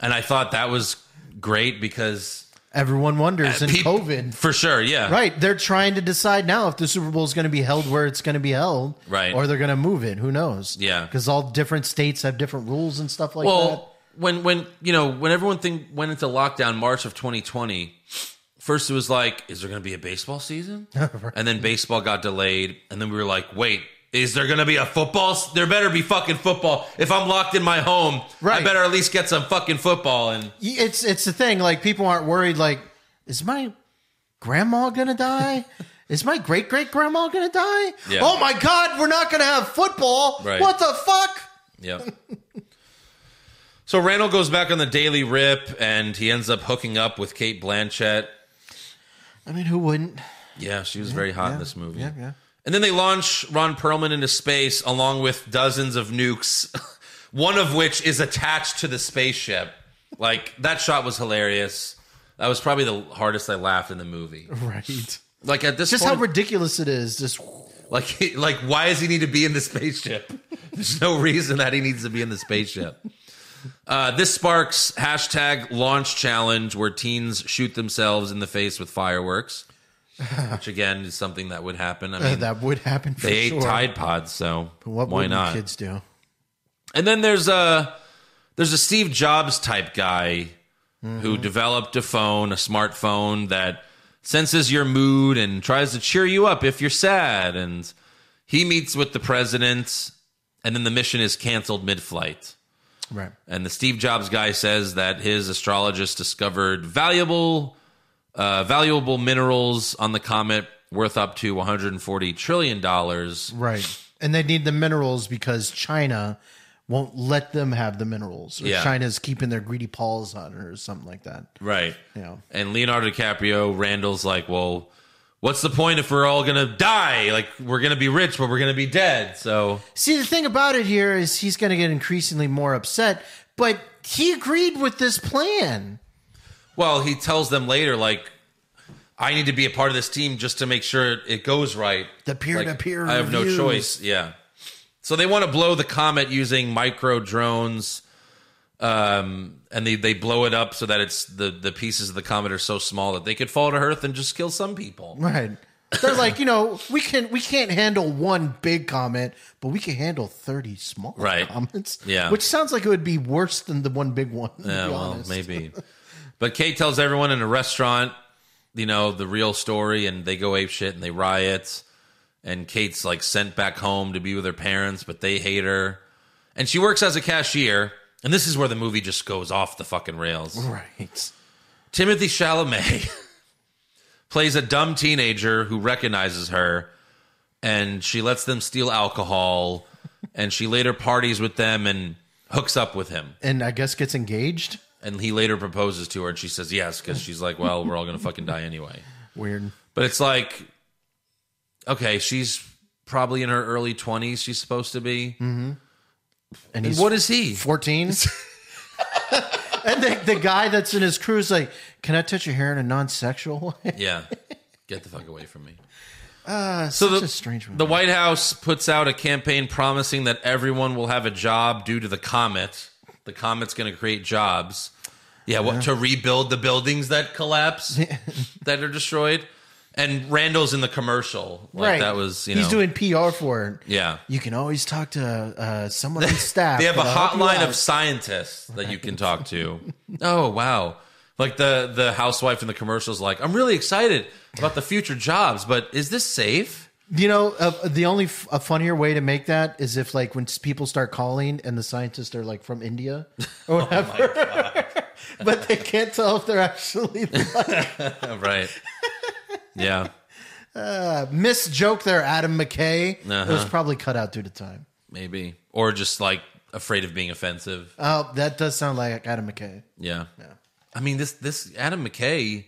And I thought that was great because Everyone wonders in peop- COVID. for sure, yeah, Right. They're trying to decide now if the Super Bowl is going to be held where it's going to be held. Right. Or they're going to move it. Who knows? Yeah. Because all different states have different rules and stuff like well, when when you know when everyone thing went into lockdown March of 2020, first it was like, is there going to be a baseball season? And then baseball got delayed, and then we were like, wait, is there going to be a football? s- There better be fucking football. If I'm locked in my home, I Right. better at least get some fucking football. And that. Y- It's, it's the thing. Like, people aren't worried, like, is my grandma going to die? Is my great great grandma going to die? Yeah. Oh my God, we're not going to have football. Right. What the fuck? yeah. So Randall goes back on the daily rip, and he ends up hooking up with Kate Blanchett. I mean, who wouldn't? Yeah, she was very hot in this movie. Yeah, yeah. And then they launch Ron Perlman into space along with dozens of nukes, one of which is attached to the spaceship. Like that shot was hilarious. That was probably the hardest I laughed in the movie. Right. Like at this Just how point, ridiculous it is. Just uh, like like why does he need to be in the spaceship? There's no reason that he needs to be in the spaceship. Uh, this sparks hashtag launch challenge where teens shoot themselves in the face with fireworks, which again is something that would happen. I mean, that would happen for they ate sure. Tide Pods, so what why would not? kids do? And then there's a there's a Steve Jobs type guy Mm-hmm. who developed a phone, a smartphone that senses your mood and tries to cheer you up if you're sad. And he meets with the president, and then the mission is canceled mid flight. Right. And the Steve Jobs guy says that his astrologist discovered valuable, uh, valuable minerals on the comet worth up to 140 trillion dollars. Right. And they need the minerals because China won't let them have the minerals. Or Yeah. China's keeping their greedy paws on it or something like that. Right. You know. And Leonardo DiCaprio, Randall's like, well, what's the point if we're all gonna die? Like we're gonna be rich, but we're gonna be dead. So See, the thing about it here is he's going to get increasingly more upset, but he agreed with this plan. Well, he tells them later, like, I need to be a part of this team just to make sure it- it goes right. The peer-to-peer Like, I have reviews. no choice. Yeah. So they want to blow the comet using micro drones. Um, and they, they blow it up so that it's the, the pieces of the comet are so small that they could fall to Earth and just kill some people. Right. They're like, you know, we can we can't handle one big comment, but we can handle thirty small Right. comments. Yeah. Which sounds like it would be worse than the one big one. to Yeah, be well, honest. maybe. But Kate tells everyone in a restaurant, you know, the real story, and they go ape shit and they riot. And Kate's like sent back home to be with her parents, but they hate her. And she works as a cashier. And this is where the movie just goes off the fucking rails. Right. Timothy Chalamet plays a dumb teenager who recognizes her, and she lets them steal alcohol. and she later parties with them and hooks up with him. And I guess gets engaged. And he later proposes to her, and she says yes because she's like, "Well, we're all gonna fucking die anyway." Weird. But it's like, okay, she's probably in her early twenties. She's supposed to be. And And Mm-hmm. he's what is he? 14. and the, the guy that's in his crew is like, Can I touch your hair in a non sexual way? yeah, get the fuck away from me. so Ah, Such the- a strange one. The White House puts out a campaign promising that everyone will have a job due to the comet. The comet's going to create jobs. Yeah, what to rebuild the buildings that collapse, that are destroyed. And Randall's in the commercial. Like that was, you know, He's doing PR for it. yeah. You can always talk to uh, someone on staff. They have a that'll help you hotline out. of scientists that you can talk to. oh wow! Like the the housewife in the commercials, like I'm really excited about the future jobs, but is this safe? You know, uh, the only f- a funnier way to make that is if, like, when s- people start calling and the scientists are like from India or Oh whatever, but they can't tell if they're actually Oh, right. Yeah. miss joke there. Adam McKay it was Uh-huh. probably cut out due to time. maybe or just like afraid of being offensive Oh, that does sound like Adam McKay. yeah yeah i mean this this adam mckay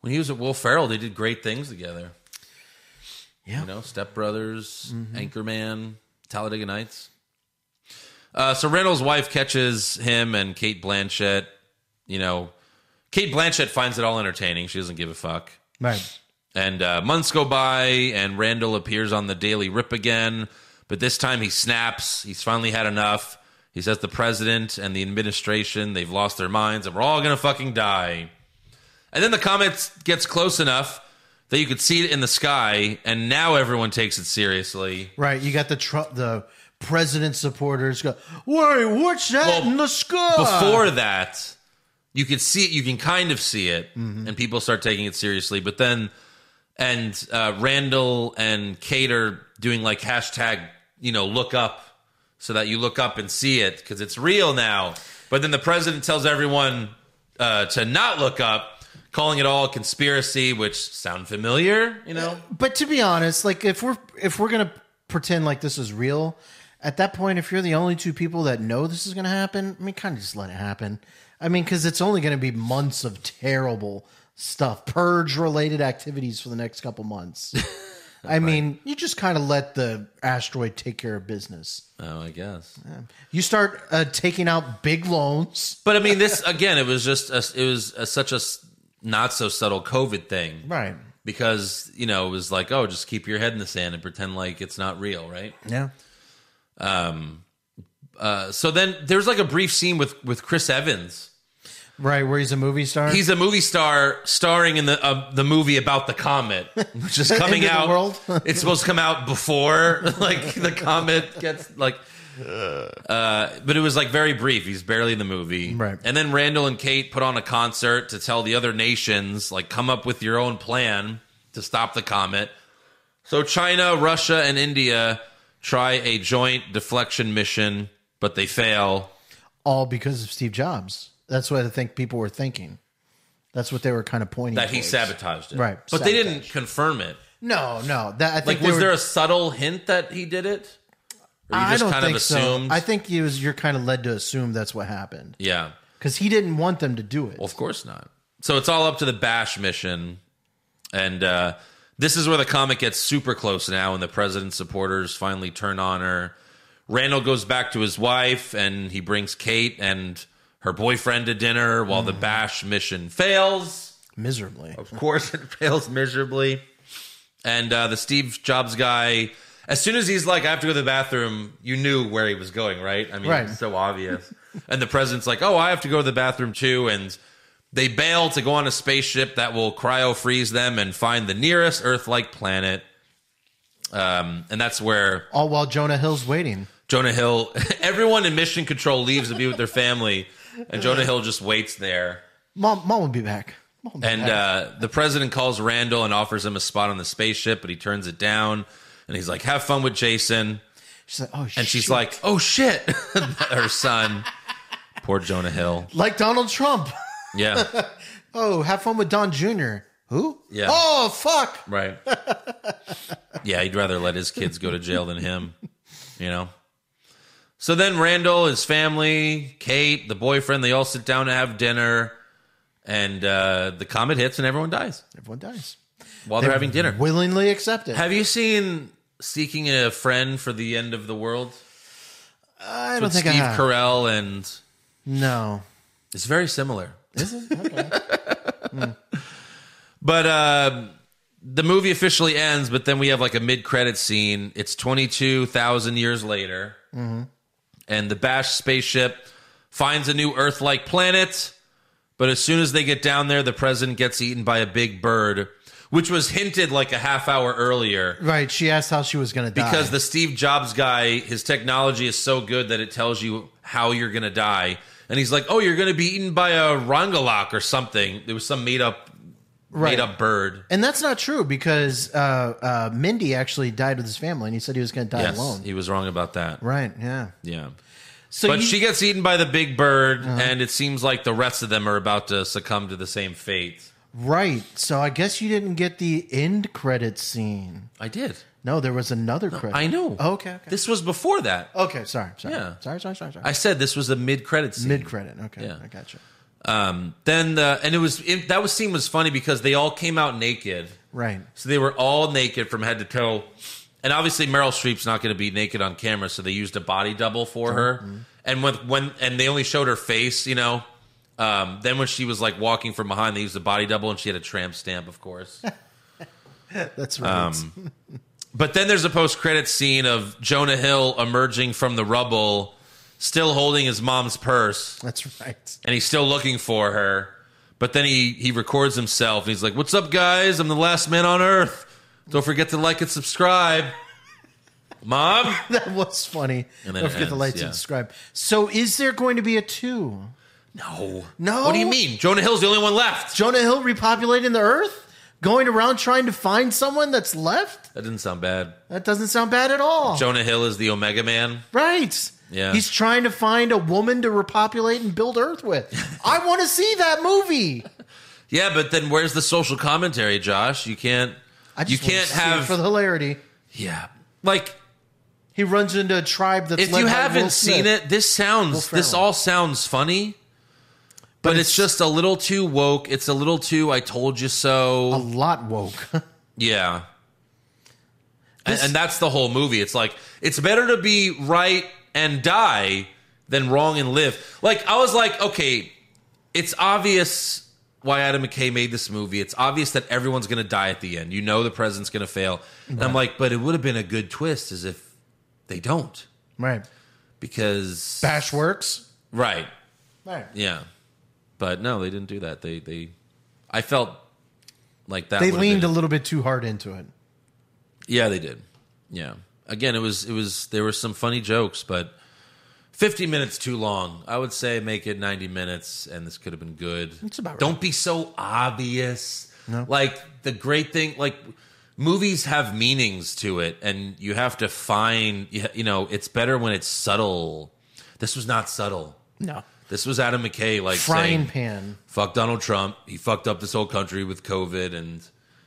when he was at will ferrell they did great things together Yeah. you know step brothers anchorman talladega nights uh, so randall's wife catches him and kate blanchett you know kate blanchett finds it all entertaining she doesn't give a fuck Right. and uh, months go by, and Randall appears on the Daily Rip again, but this time he snaps. He's finally had enough. He says the president and the administration, they've lost their minds, and we're all going to fucking die. And then the comet gets close enough that you could see it in the sky, and now everyone takes it seriously. Right. You got the Trump, the president supporters go, wait, what's that Well, in the sky? Before that, you could see it, you can kind of see it, and people start taking it seriously. But then, and uh, Randall and Kate are doing like hashtag, you know, look up so that you look up and see it because it's real now. But then the president tells everyone uh, to not look up, calling it all a conspiracy, which sound familiar, you know? but to be honest, like if we're if we're gonna pretend like this is real, at that point, if you're the only two people that know this is gonna happen, I mean, kind of just let it happen. I mean, because it's only gonna be months of terrible stuff, purge related activities for the next couple months. I mean, you just kind of let the asteroid take care of business. Oh, I guess. You start uh, taking out big loans, But I mean, this again, it was just a, it was a, such a s- not so subtle COVID thing, right? because you know it was like oh just keep your head in the sand and pretend like it's not real right Yeah, uh, so then there's like a brief scene with with chris evans Right, where he's a movie star. He's a movie star starring in the uh, the movie about the comet, which is coming End of the out. world? it's supposed to come out before like the comet gets like. Uh, but it was like very brief. He's barely in the movie, Right. And then Randall and Kate put on a concert to tell the other nations, like, come up with your own plan to stop the comet. So China, Russia, and India try a joint deflection mission, but they fail. all because of Steve Jobs. That's what I think people were thinking. That's what they were kind of pointing That he towards. sabotaged it, Right, But they sabotage. didn't confirm it. No, no. That I think Like, they was were- there a subtle hint that he did it? Or you I just don't kind think of assumed? so. I think you was you're kind of led to assume that's what happened yeah. because he didn't want them to do it. Well, of course not. So it's all up to the Bash mission. And uh, this is where the comet gets super close now, and the president's supporters finally turn on her. Randall goes back to his wife, and he brings Kate and her boyfriend to dinner while the Bash mission fails. Miserably, Of course, it fails miserably. And uh, the Steve Jobs guy, as soon as he's like, I have to go to the bathroom, you knew where he was going, right? I mean, Right. it's so obvious. and the president's like, oh, I have to go to the bathroom too. And they bail to go on a spaceship that will cryo freeze them and find the nearest Earth like planet. Um, and that's where all while Jonah Hill's waiting. Jonah Hill, everyone in mission control leaves to be with their family. And Jonah Hill just waits there. Mom, mom will be back. Mom will be And back. uh, the president calls Randall and offers him a spot on the spaceship, but he turns it down. And he's like, "Have fun with Jason." she's like, oh, And she's like, "Oh shit!" Her son, poor Jonah Hill. like Donald Trump. Yeah, Oh, have fun with Don Jr. Who? Yeah. Oh, fuck. right. Yeah, he'd rather let his kids go to jail than him. You know. So then Randall, his family, Kate, the boyfriend, they all sit down to have dinner, and uh, the comet hits and everyone dies Everyone dies. while they're having dinner. Willingly accept it. Have you seen Seeking a Friend for the End of the World? I don't With think Steve I have. Carell and No. it's very similar. Is it? Okay. Hmm. But uh, the movie officially ends, but then we have like a mid-credit scene. It's 22,000 years later. Mm-hmm. And the Bash spaceship finds a new Earth-like planet. But as soon as they get down there, the president gets eaten by a big bird, which was hinted like a half hour earlier. right. She asked how she was going to die. because the Steve Jobs guy, his technology is so good that it tells you how you're gonna die. And he's like, "Oh, you're gonna be eaten by a rongalok or something." There was some made up, Right. made up bird. And that's not true because uh, uh, Mindy actually died with his family, and he said he was going to die Yes, alone. he was wrong about that. Right? Yeah. Yeah, So Uh-huh. but you- she gets eaten by the big bird, and it seems like the rest of them are about to succumb to the same fate. right. So I guess you didn't get the end credit scene. I did. No, there was another credit. I know. Oh, okay. Okay. This was before that. okay. Sorry. Sorry. Yeah. Sorry. Sorry. Sorry. sorry. I said this was a mid credit scene. Mid credit. Okay. Yeah. I got you. um, then the and it was it, that was scene was funny because they all came out naked. Right. So they were all naked from head to toe. And obviously Meryl Streep's not going to be naked on camera, so they used a body double for her. And when, when and they only showed her face, you know. Um, then when she was like walking from behind, they used a body double, and she had a tramp stamp, of course. That's right. Um, but then there's a post credit scene of Jonah Hill emerging from the rubble, still holding his mom's purse. that's right. and he's still looking for her. But then he he records himself and he's like, "What's up, guys? I'm the last man on Earth. Don't forget to like and subscribe, Mom." That was funny. And then Don't it forget the ends, lights yeah. and subscribe. So is there going to be a two? No, No? What do you mean? Jonah Hill's the only one left. Jonah Hill repopulating the Earth, going around trying to find someone that's left. That didn't sound bad. That doesn't sound bad at all. Jonah Hill is the Omega Man. Right. Yeah. He's trying to find a woman to repopulate and build Earth with. I want to see that movie. Yeah, but then where's the social commentary, Josh? You can't. I just You wanna can't see it have. for the hilarity. yeah, like He runs into a tribe that's if led you by Will haven't seen Smith. it, this sounds Will this Ferrell. all sounds funny, but, it's, it's- just a little too woke. It's a little too I told you so. a lot woke. yeah. And, This- and that's the whole movie. It's like it's better to be right and die than wrong and live. Like I was like, okay, it's obvious why Adam McKay made this movie. It's obvious that everyone's going to die at the end. You know the president's going to fail. And I'm like, but it would have been a good twist as if they don't right. because Bash works. Right. Right. Yeah. But no, they didn't do that. They they I felt like that. They would've leaned a been- little bit too hard into it. Yeah, they did. Yeah. Again, it was it was there were some funny jokes, but 50 minutes too long. I would say make it 90 minutes and this could have been good. That's about right. Don't be so obvious. No. Like the great thing like movies have meanings to it and you have to find you you know, it's better when it's subtle. This was not subtle. No. This was Adam McKay like Frying saying, pan. fuck Donald Trump. He fucked up this whole country with COVID, and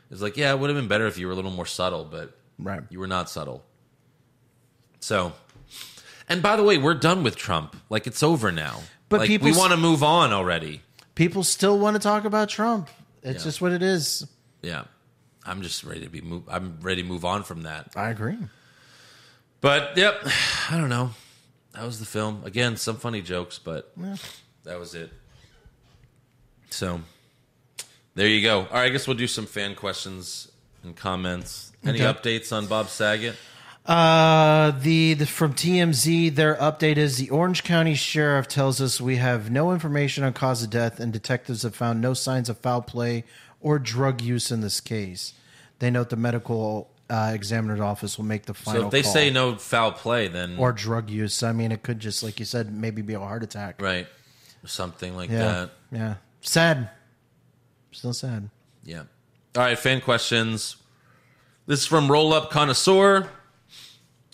it's like, yeah, it would have been better if you were a little more subtle, but Right. you were not subtle. So, and by the way, we're done with Trump. Like it's over now. But like, people we s- want to move on already. People still want to talk about Trump. It's Yeah. just what it is. Yeah, I'm just ready to be. Move- I'm ready to move on from that. I agree. But yep, I don't know. That was the film. Again, some funny jokes, but that was it. So there you go. All right, I guess we'll do some fan questions and comments. Any Okay. updates on Bob Saget? Uh, the, the from TMZ, their update is the Orange County Sheriff tells us we have no information on cause of death, and detectives have found no signs of foul play or drug use in this case. They note the medical uh, examiner's office will make the final. So if they call. say no foul play, then or drug use, I mean, it could just, like you said, maybe be a heart attack. right, something like Yeah. that. Yeah. Sad. Still sad. Yeah. All right, fan questions. This is from Roll Up Connoisseur.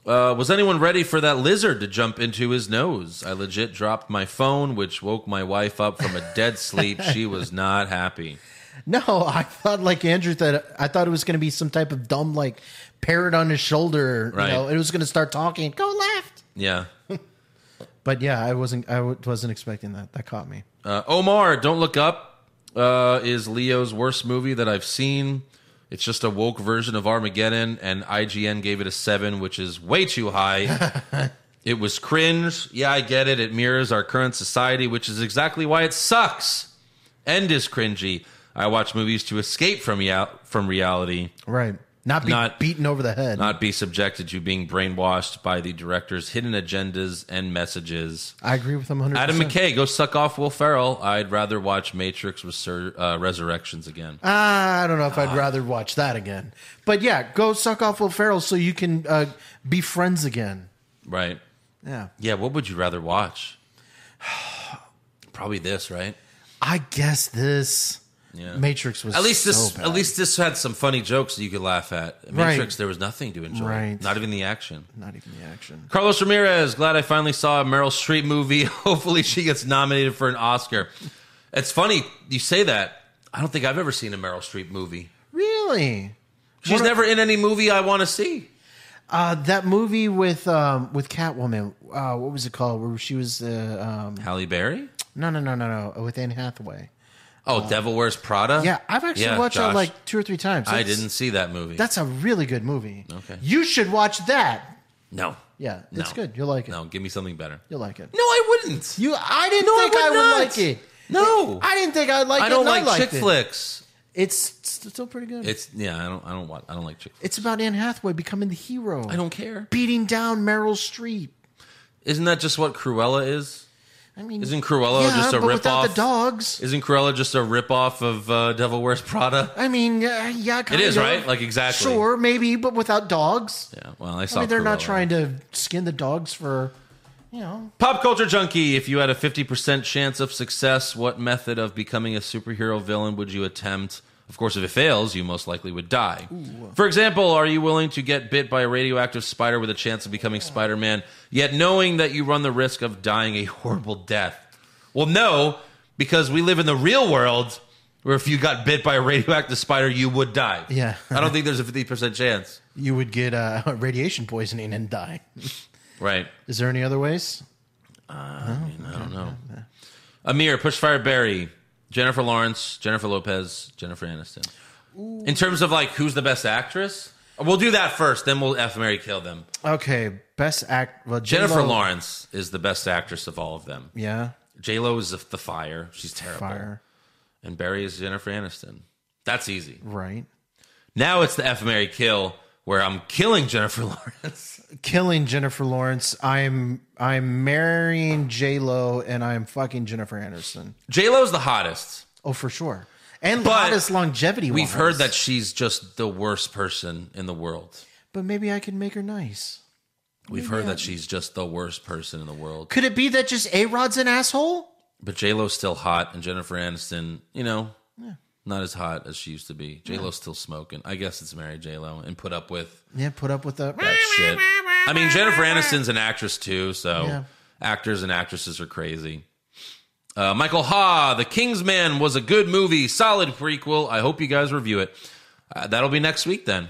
Uh, was anyone ready for that lizard to jump into his nose? I legit dropped my phone, which woke my wife up from a dead sleep. She was not happy. No, I thought like Andrew that I thought it was going to be some type of dumb like parrot on his shoulder. Right. You know, it was going to start talking. Go left. Yeah. But yeah, I wasn't. I w- wasn't expecting that. That caught me. Uh, Omar, Don't Look Up uh, is Leo's worst movie that I've seen. It's just a woke version of Armageddon, and IGN gave it a seven, which is way too high. it was cringe. Yeah, I get it. It mirrors our current society, which is exactly why it sucks and is cringy. I watch movies to escape from, rea- from reality, Right. Not be Not- beaten over the head. not be subjected to being brainwashed by the director's hidden agendas and messages. I agree with him. 100%. Adam McKay, go suck off Will Ferrell. I'd rather watch Matrix Resur- uh, Resurrections again. Ah, I don't know if I'd rather watch that again. But yeah, go suck off Will Ferrell so you can uh, be friends again. Right. Yeah. Yeah, what would you rather watch? Probably this, right? I guess this Yeah. Matrix was At least this so bad. at least this had some funny jokes that you could laugh at. Matrix, there was nothing to enjoy. Right. Not even the action. not even the action. Carlos Ramirez, glad I finally saw a Meryl Streep movie. Hopefully she gets nominated for an Oscar. It's funny you say that. I don't think I've ever seen a Meryl Streep movie. Really? She's What a- never in any movie I want to see. Uh, that movie with um, with Catwoman. Uh, what was it called? Where she was? Uh, um, Halle Berry? no, no, no, no, no. With Anne Hathaway. Oh, Devil Wears Prada? Yeah, I've actually Yeah, watched Josh, that like two or three times. I That's- didn't see that movie. That's a really good movie. Okay. You should watch that. no. Yeah, No. it's good. You'll like it. No, give me something better. You'll like it. No, I wouldn't. You, I didn't No, I think would I, not. would like it. No. I didn't think I'd like it. I don't and like chick liked it. flicks. It's st- still pretty good. It's yeah, I don't I don't want I don't like chick flicks. it's about Anne Hathaway becoming the hero. I don't care. beating down Meryl Streep. Isn't that just what Cruella is? I mean, Isn't Cruella yeah, just a but without ripoff? the dogs? Isn't Cruella just a ripoff of uh, Devil Wears Prada? I mean, uh, yeah, kind is, of. right? Like, exactly. Sure, maybe, but without dogs. Yeah, well, I saw. I mean, they're not Cruella. trying to skin the dogs for, you know. Pop culture junkie. If you had a fifty percent chance of success, what method of becoming a superhero villain would you attempt? Of course, if it fails, you most likely would die. For example, are you willing to get bit by a radioactive spider with a chance of becoming Spider Man, yet knowing that you run the risk of dying a horrible death? Well, no, because we live in the real world where if you got bit by a radioactive spider, you would die. Yeah. I don't think there's a 50% chance. You would get uh, radiation poisoning and die. Right. Is there any other ways? I don't know. Amir, Pushfire Barry, Jennifer Lawrence, Jennifer Lopez, Jennifer Aniston. In terms of like who's the best actress, we'll do that first. Then we'll F Mary kill them. Okay, best act. Well, J-Lo- Jennifer Lawrence is the best actress of all of them. Yeah, J Lo is the, the fire. She's terrible. fire. And Barry is Jennifer Aniston. That's easy. Right. Now it's the F Mary kill. where I'm killing Jennifer Lawrence. killing Jennifer Lawrence. I'm I'm marrying J Lo and I'm fucking Jennifer Anderson. J Lo's the hottest. Oh, for sure. And But hottest longevity. We've wise. heard that she's just the worst person in the world. but maybe I can make her nice. We've heard that she's just the worst person in the world. Could it be that just A Rod's an asshole? But J Lo's still hot, and Jennifer Aniston, you know, not as hot as she used to be. J Lo's still smoking. I guess it's married J Lo and put up with Yeah, put up with the. that shit. I mean, Jennifer Aniston's an actress too, so Yeah. actors and actresses are crazy. Uh, Michael Ha, The Kingsman was a good movie, solid prequel. I hope you guys review it. Uh, that'll be next week then.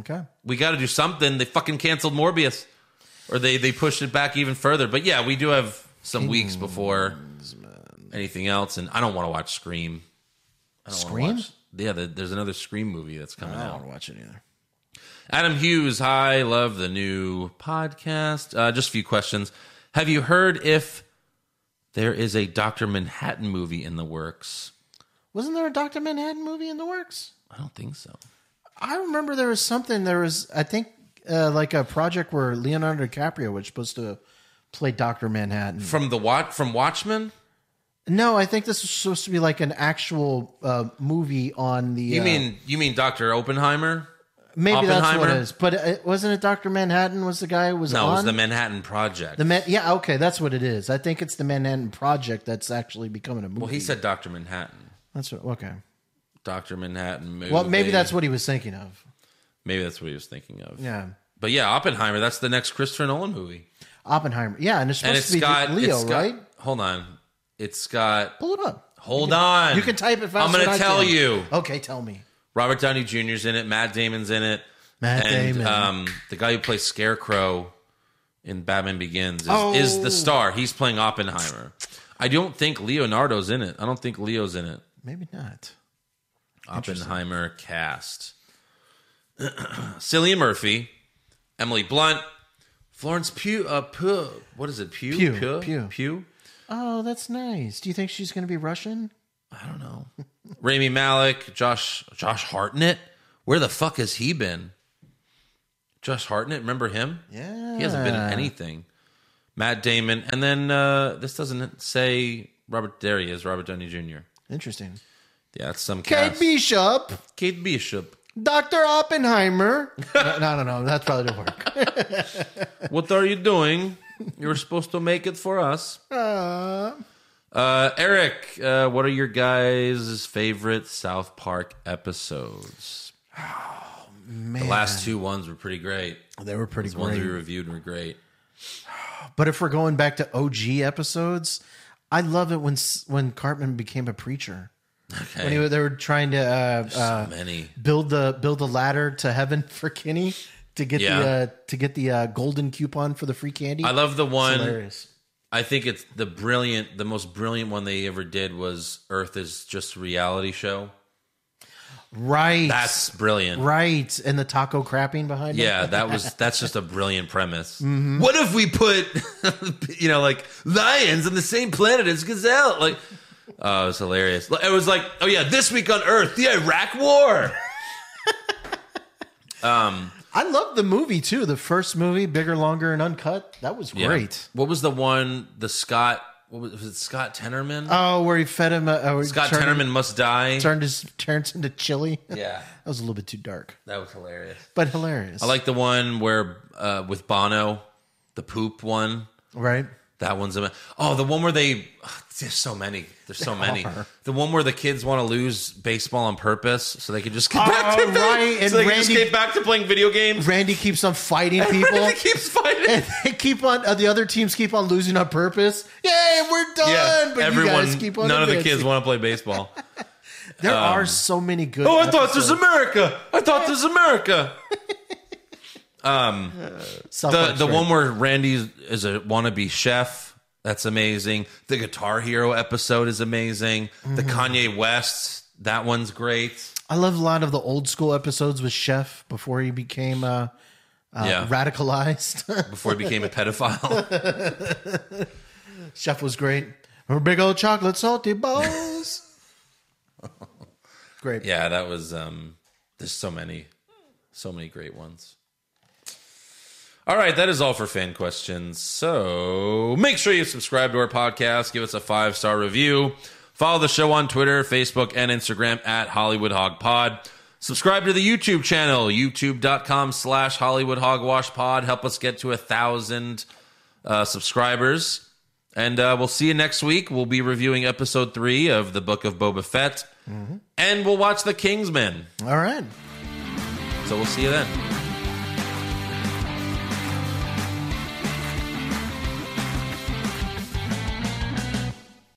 Okay. We got to do something. They fucking canceled Morbius, or they they pushed it back even further. But yeah, we do have some weeks before anything else, and I don't want to watch Scream. I don't wanna Scream? Watch, yeah, there- there's another Scream movie that's coming out. I don't want to watch it either. Adam Hughes, hi, love the new podcast. Uh, just a few questions. Have you heard if there is a Dr. Manhattan movie in the works? Wasn't there a Doctor Manhattan movie in the works? I don't think so. I remember there was something. There was, I think, uh, like a project where Leonardo DiCaprio was supposed to play Doctor Manhattan. From the watch from Watchmen? No, I think this was supposed to be like an actual uh, movie on the. You uh, mean you mean Dr. Oppenheimer? maybe that's what it Oppenheimer? is? But it, wasn't it Doctor Manhattan? Was the guy who was No, on it was the Manhattan Project. The Man- yeah, okay, that's what it is. I think it's the Manhattan Project that's actually becoming a movie. well, he said Dr. Manhattan. that's what, okay. Dr. Manhattan movie. Well, maybe that's what he was thinking of. maybe that's what he was thinking of. Yeah, But yeah, Oppenheimer, that's the next Christopher Nolan movie. Oppenheimer. Yeah, and it's supposed And it's to be got Leo, it's got- right? Hold on. It's got Pull it up. Hold on. You can type it faster. I'm going than to I tell can. you. Okay, tell me. Robert Downey Jr.'s in it. Matt Damon's in it. Matt and, Damon. Um, the guy who plays Scarecrow in Batman Begins is, Oh. is the star. He's playing Oppenheimer. I don't think Leonardo's in it. I don't think Leo's in it. Maybe not. Oppenheimer cast. Cillian Murphy, Emily Blunt, Florence Pugh. Uh, Pugh what is it? Pugh? Pugh, Pugh? Pugh. Pugh? Oh, that's nice. Do you think she's going to be Russian? I don't know. Rami Malik, Josh Josh Hartnett. Where the fuck has he been? Josh Hartnett, remember him? Yeah. He hasn't been in anything. Matt Damon, and then uh, this doesn't say Robert. There he is, Robert Downey Jr. Interesting. Yeah, that's some Kate cast. Bishop, Kate Bishop. Dr. Oppenheimer. no, no, no, no. That's probably going to work. What are you doing? You were supposed to make it for us. Uh, Uh, Eric, uh, what are your guys' favorite South Park episodes? man. The last two ones were pretty great. they were pretty The ones we great. reviewed were great. But if we're going back to OG episodes, I love it when s- when Cartman became a preacher. Okay. When he, they were trying to uh, uh, many. build the build the ladder to heaven for Kenny to get Yeah. the uh, to get the uh, golden coupon for the free candy. I love the one. hilarious. I think it's the brilliant, the most brilliant one they ever did was Earth is just a reality show. Right. That's brilliant. right. And the taco crapping behind it. Yeah, that was that's just a brilliant premise. What if we put, you know, like lions on the same planet as gazelle? Like, oh, it was hilarious. It was like, oh yeah, this week on Earth, the Iraq War. I love the movie too. The first movie, bigger, longer, and uncut. That was Yeah. great. What was the one? The Scott. What was, was it? Scott Tenorman. Oh, where he fed him. Uh, uh, Scott turned, Tenorman must die. turned his turns into chili. that yeah, was a little bit too dark, that was hilarious. but hilarious. I like the one where uh, with Bono, the poop one. right. That one's a oh the one where they ugh, there's so many there's so many the one where the kids want to lose baseball on purpose so they can just get back to Oh, right, so and they can just Randy- get back to playing video games. Randy keeps on fighting people. Randy keeps fighting. and they keep on uh, the other teams keep on losing on purpose. Yay, we're done! Yeah, but you guys keep on. none of the advancing. kids want to play baseball. There are so many good. oh, I thought this was episodes. America. I thought this was America. South The Park's the great. one where Randy is a wannabe chef. That's amazing. The Guitar Hero episode is amazing. The Kanye West that one's great. I love a lot of the old school episodes with Chef before he became uh, uh, yeah, radicalized. before he became a pedophile. Chef was great. Her big old chocolate salty balls. great. yeah, that was. um There's so many. So many great ones. All right, that is all for fan questions. So make sure you subscribe to our podcast, give us a five star review, follow the show on Twitter, Facebook, and Instagram at Hollywood Hog Pod. Subscribe to the YouTube channel, youtube.com slash Hollywood Hogwash Pod. Help us get to a thousand uh, subscribers. And uh, we'll see you next week. We'll be reviewing episode three of The Book of Boba Fett. And we'll watch The Kingsman. All right. So we'll see you then.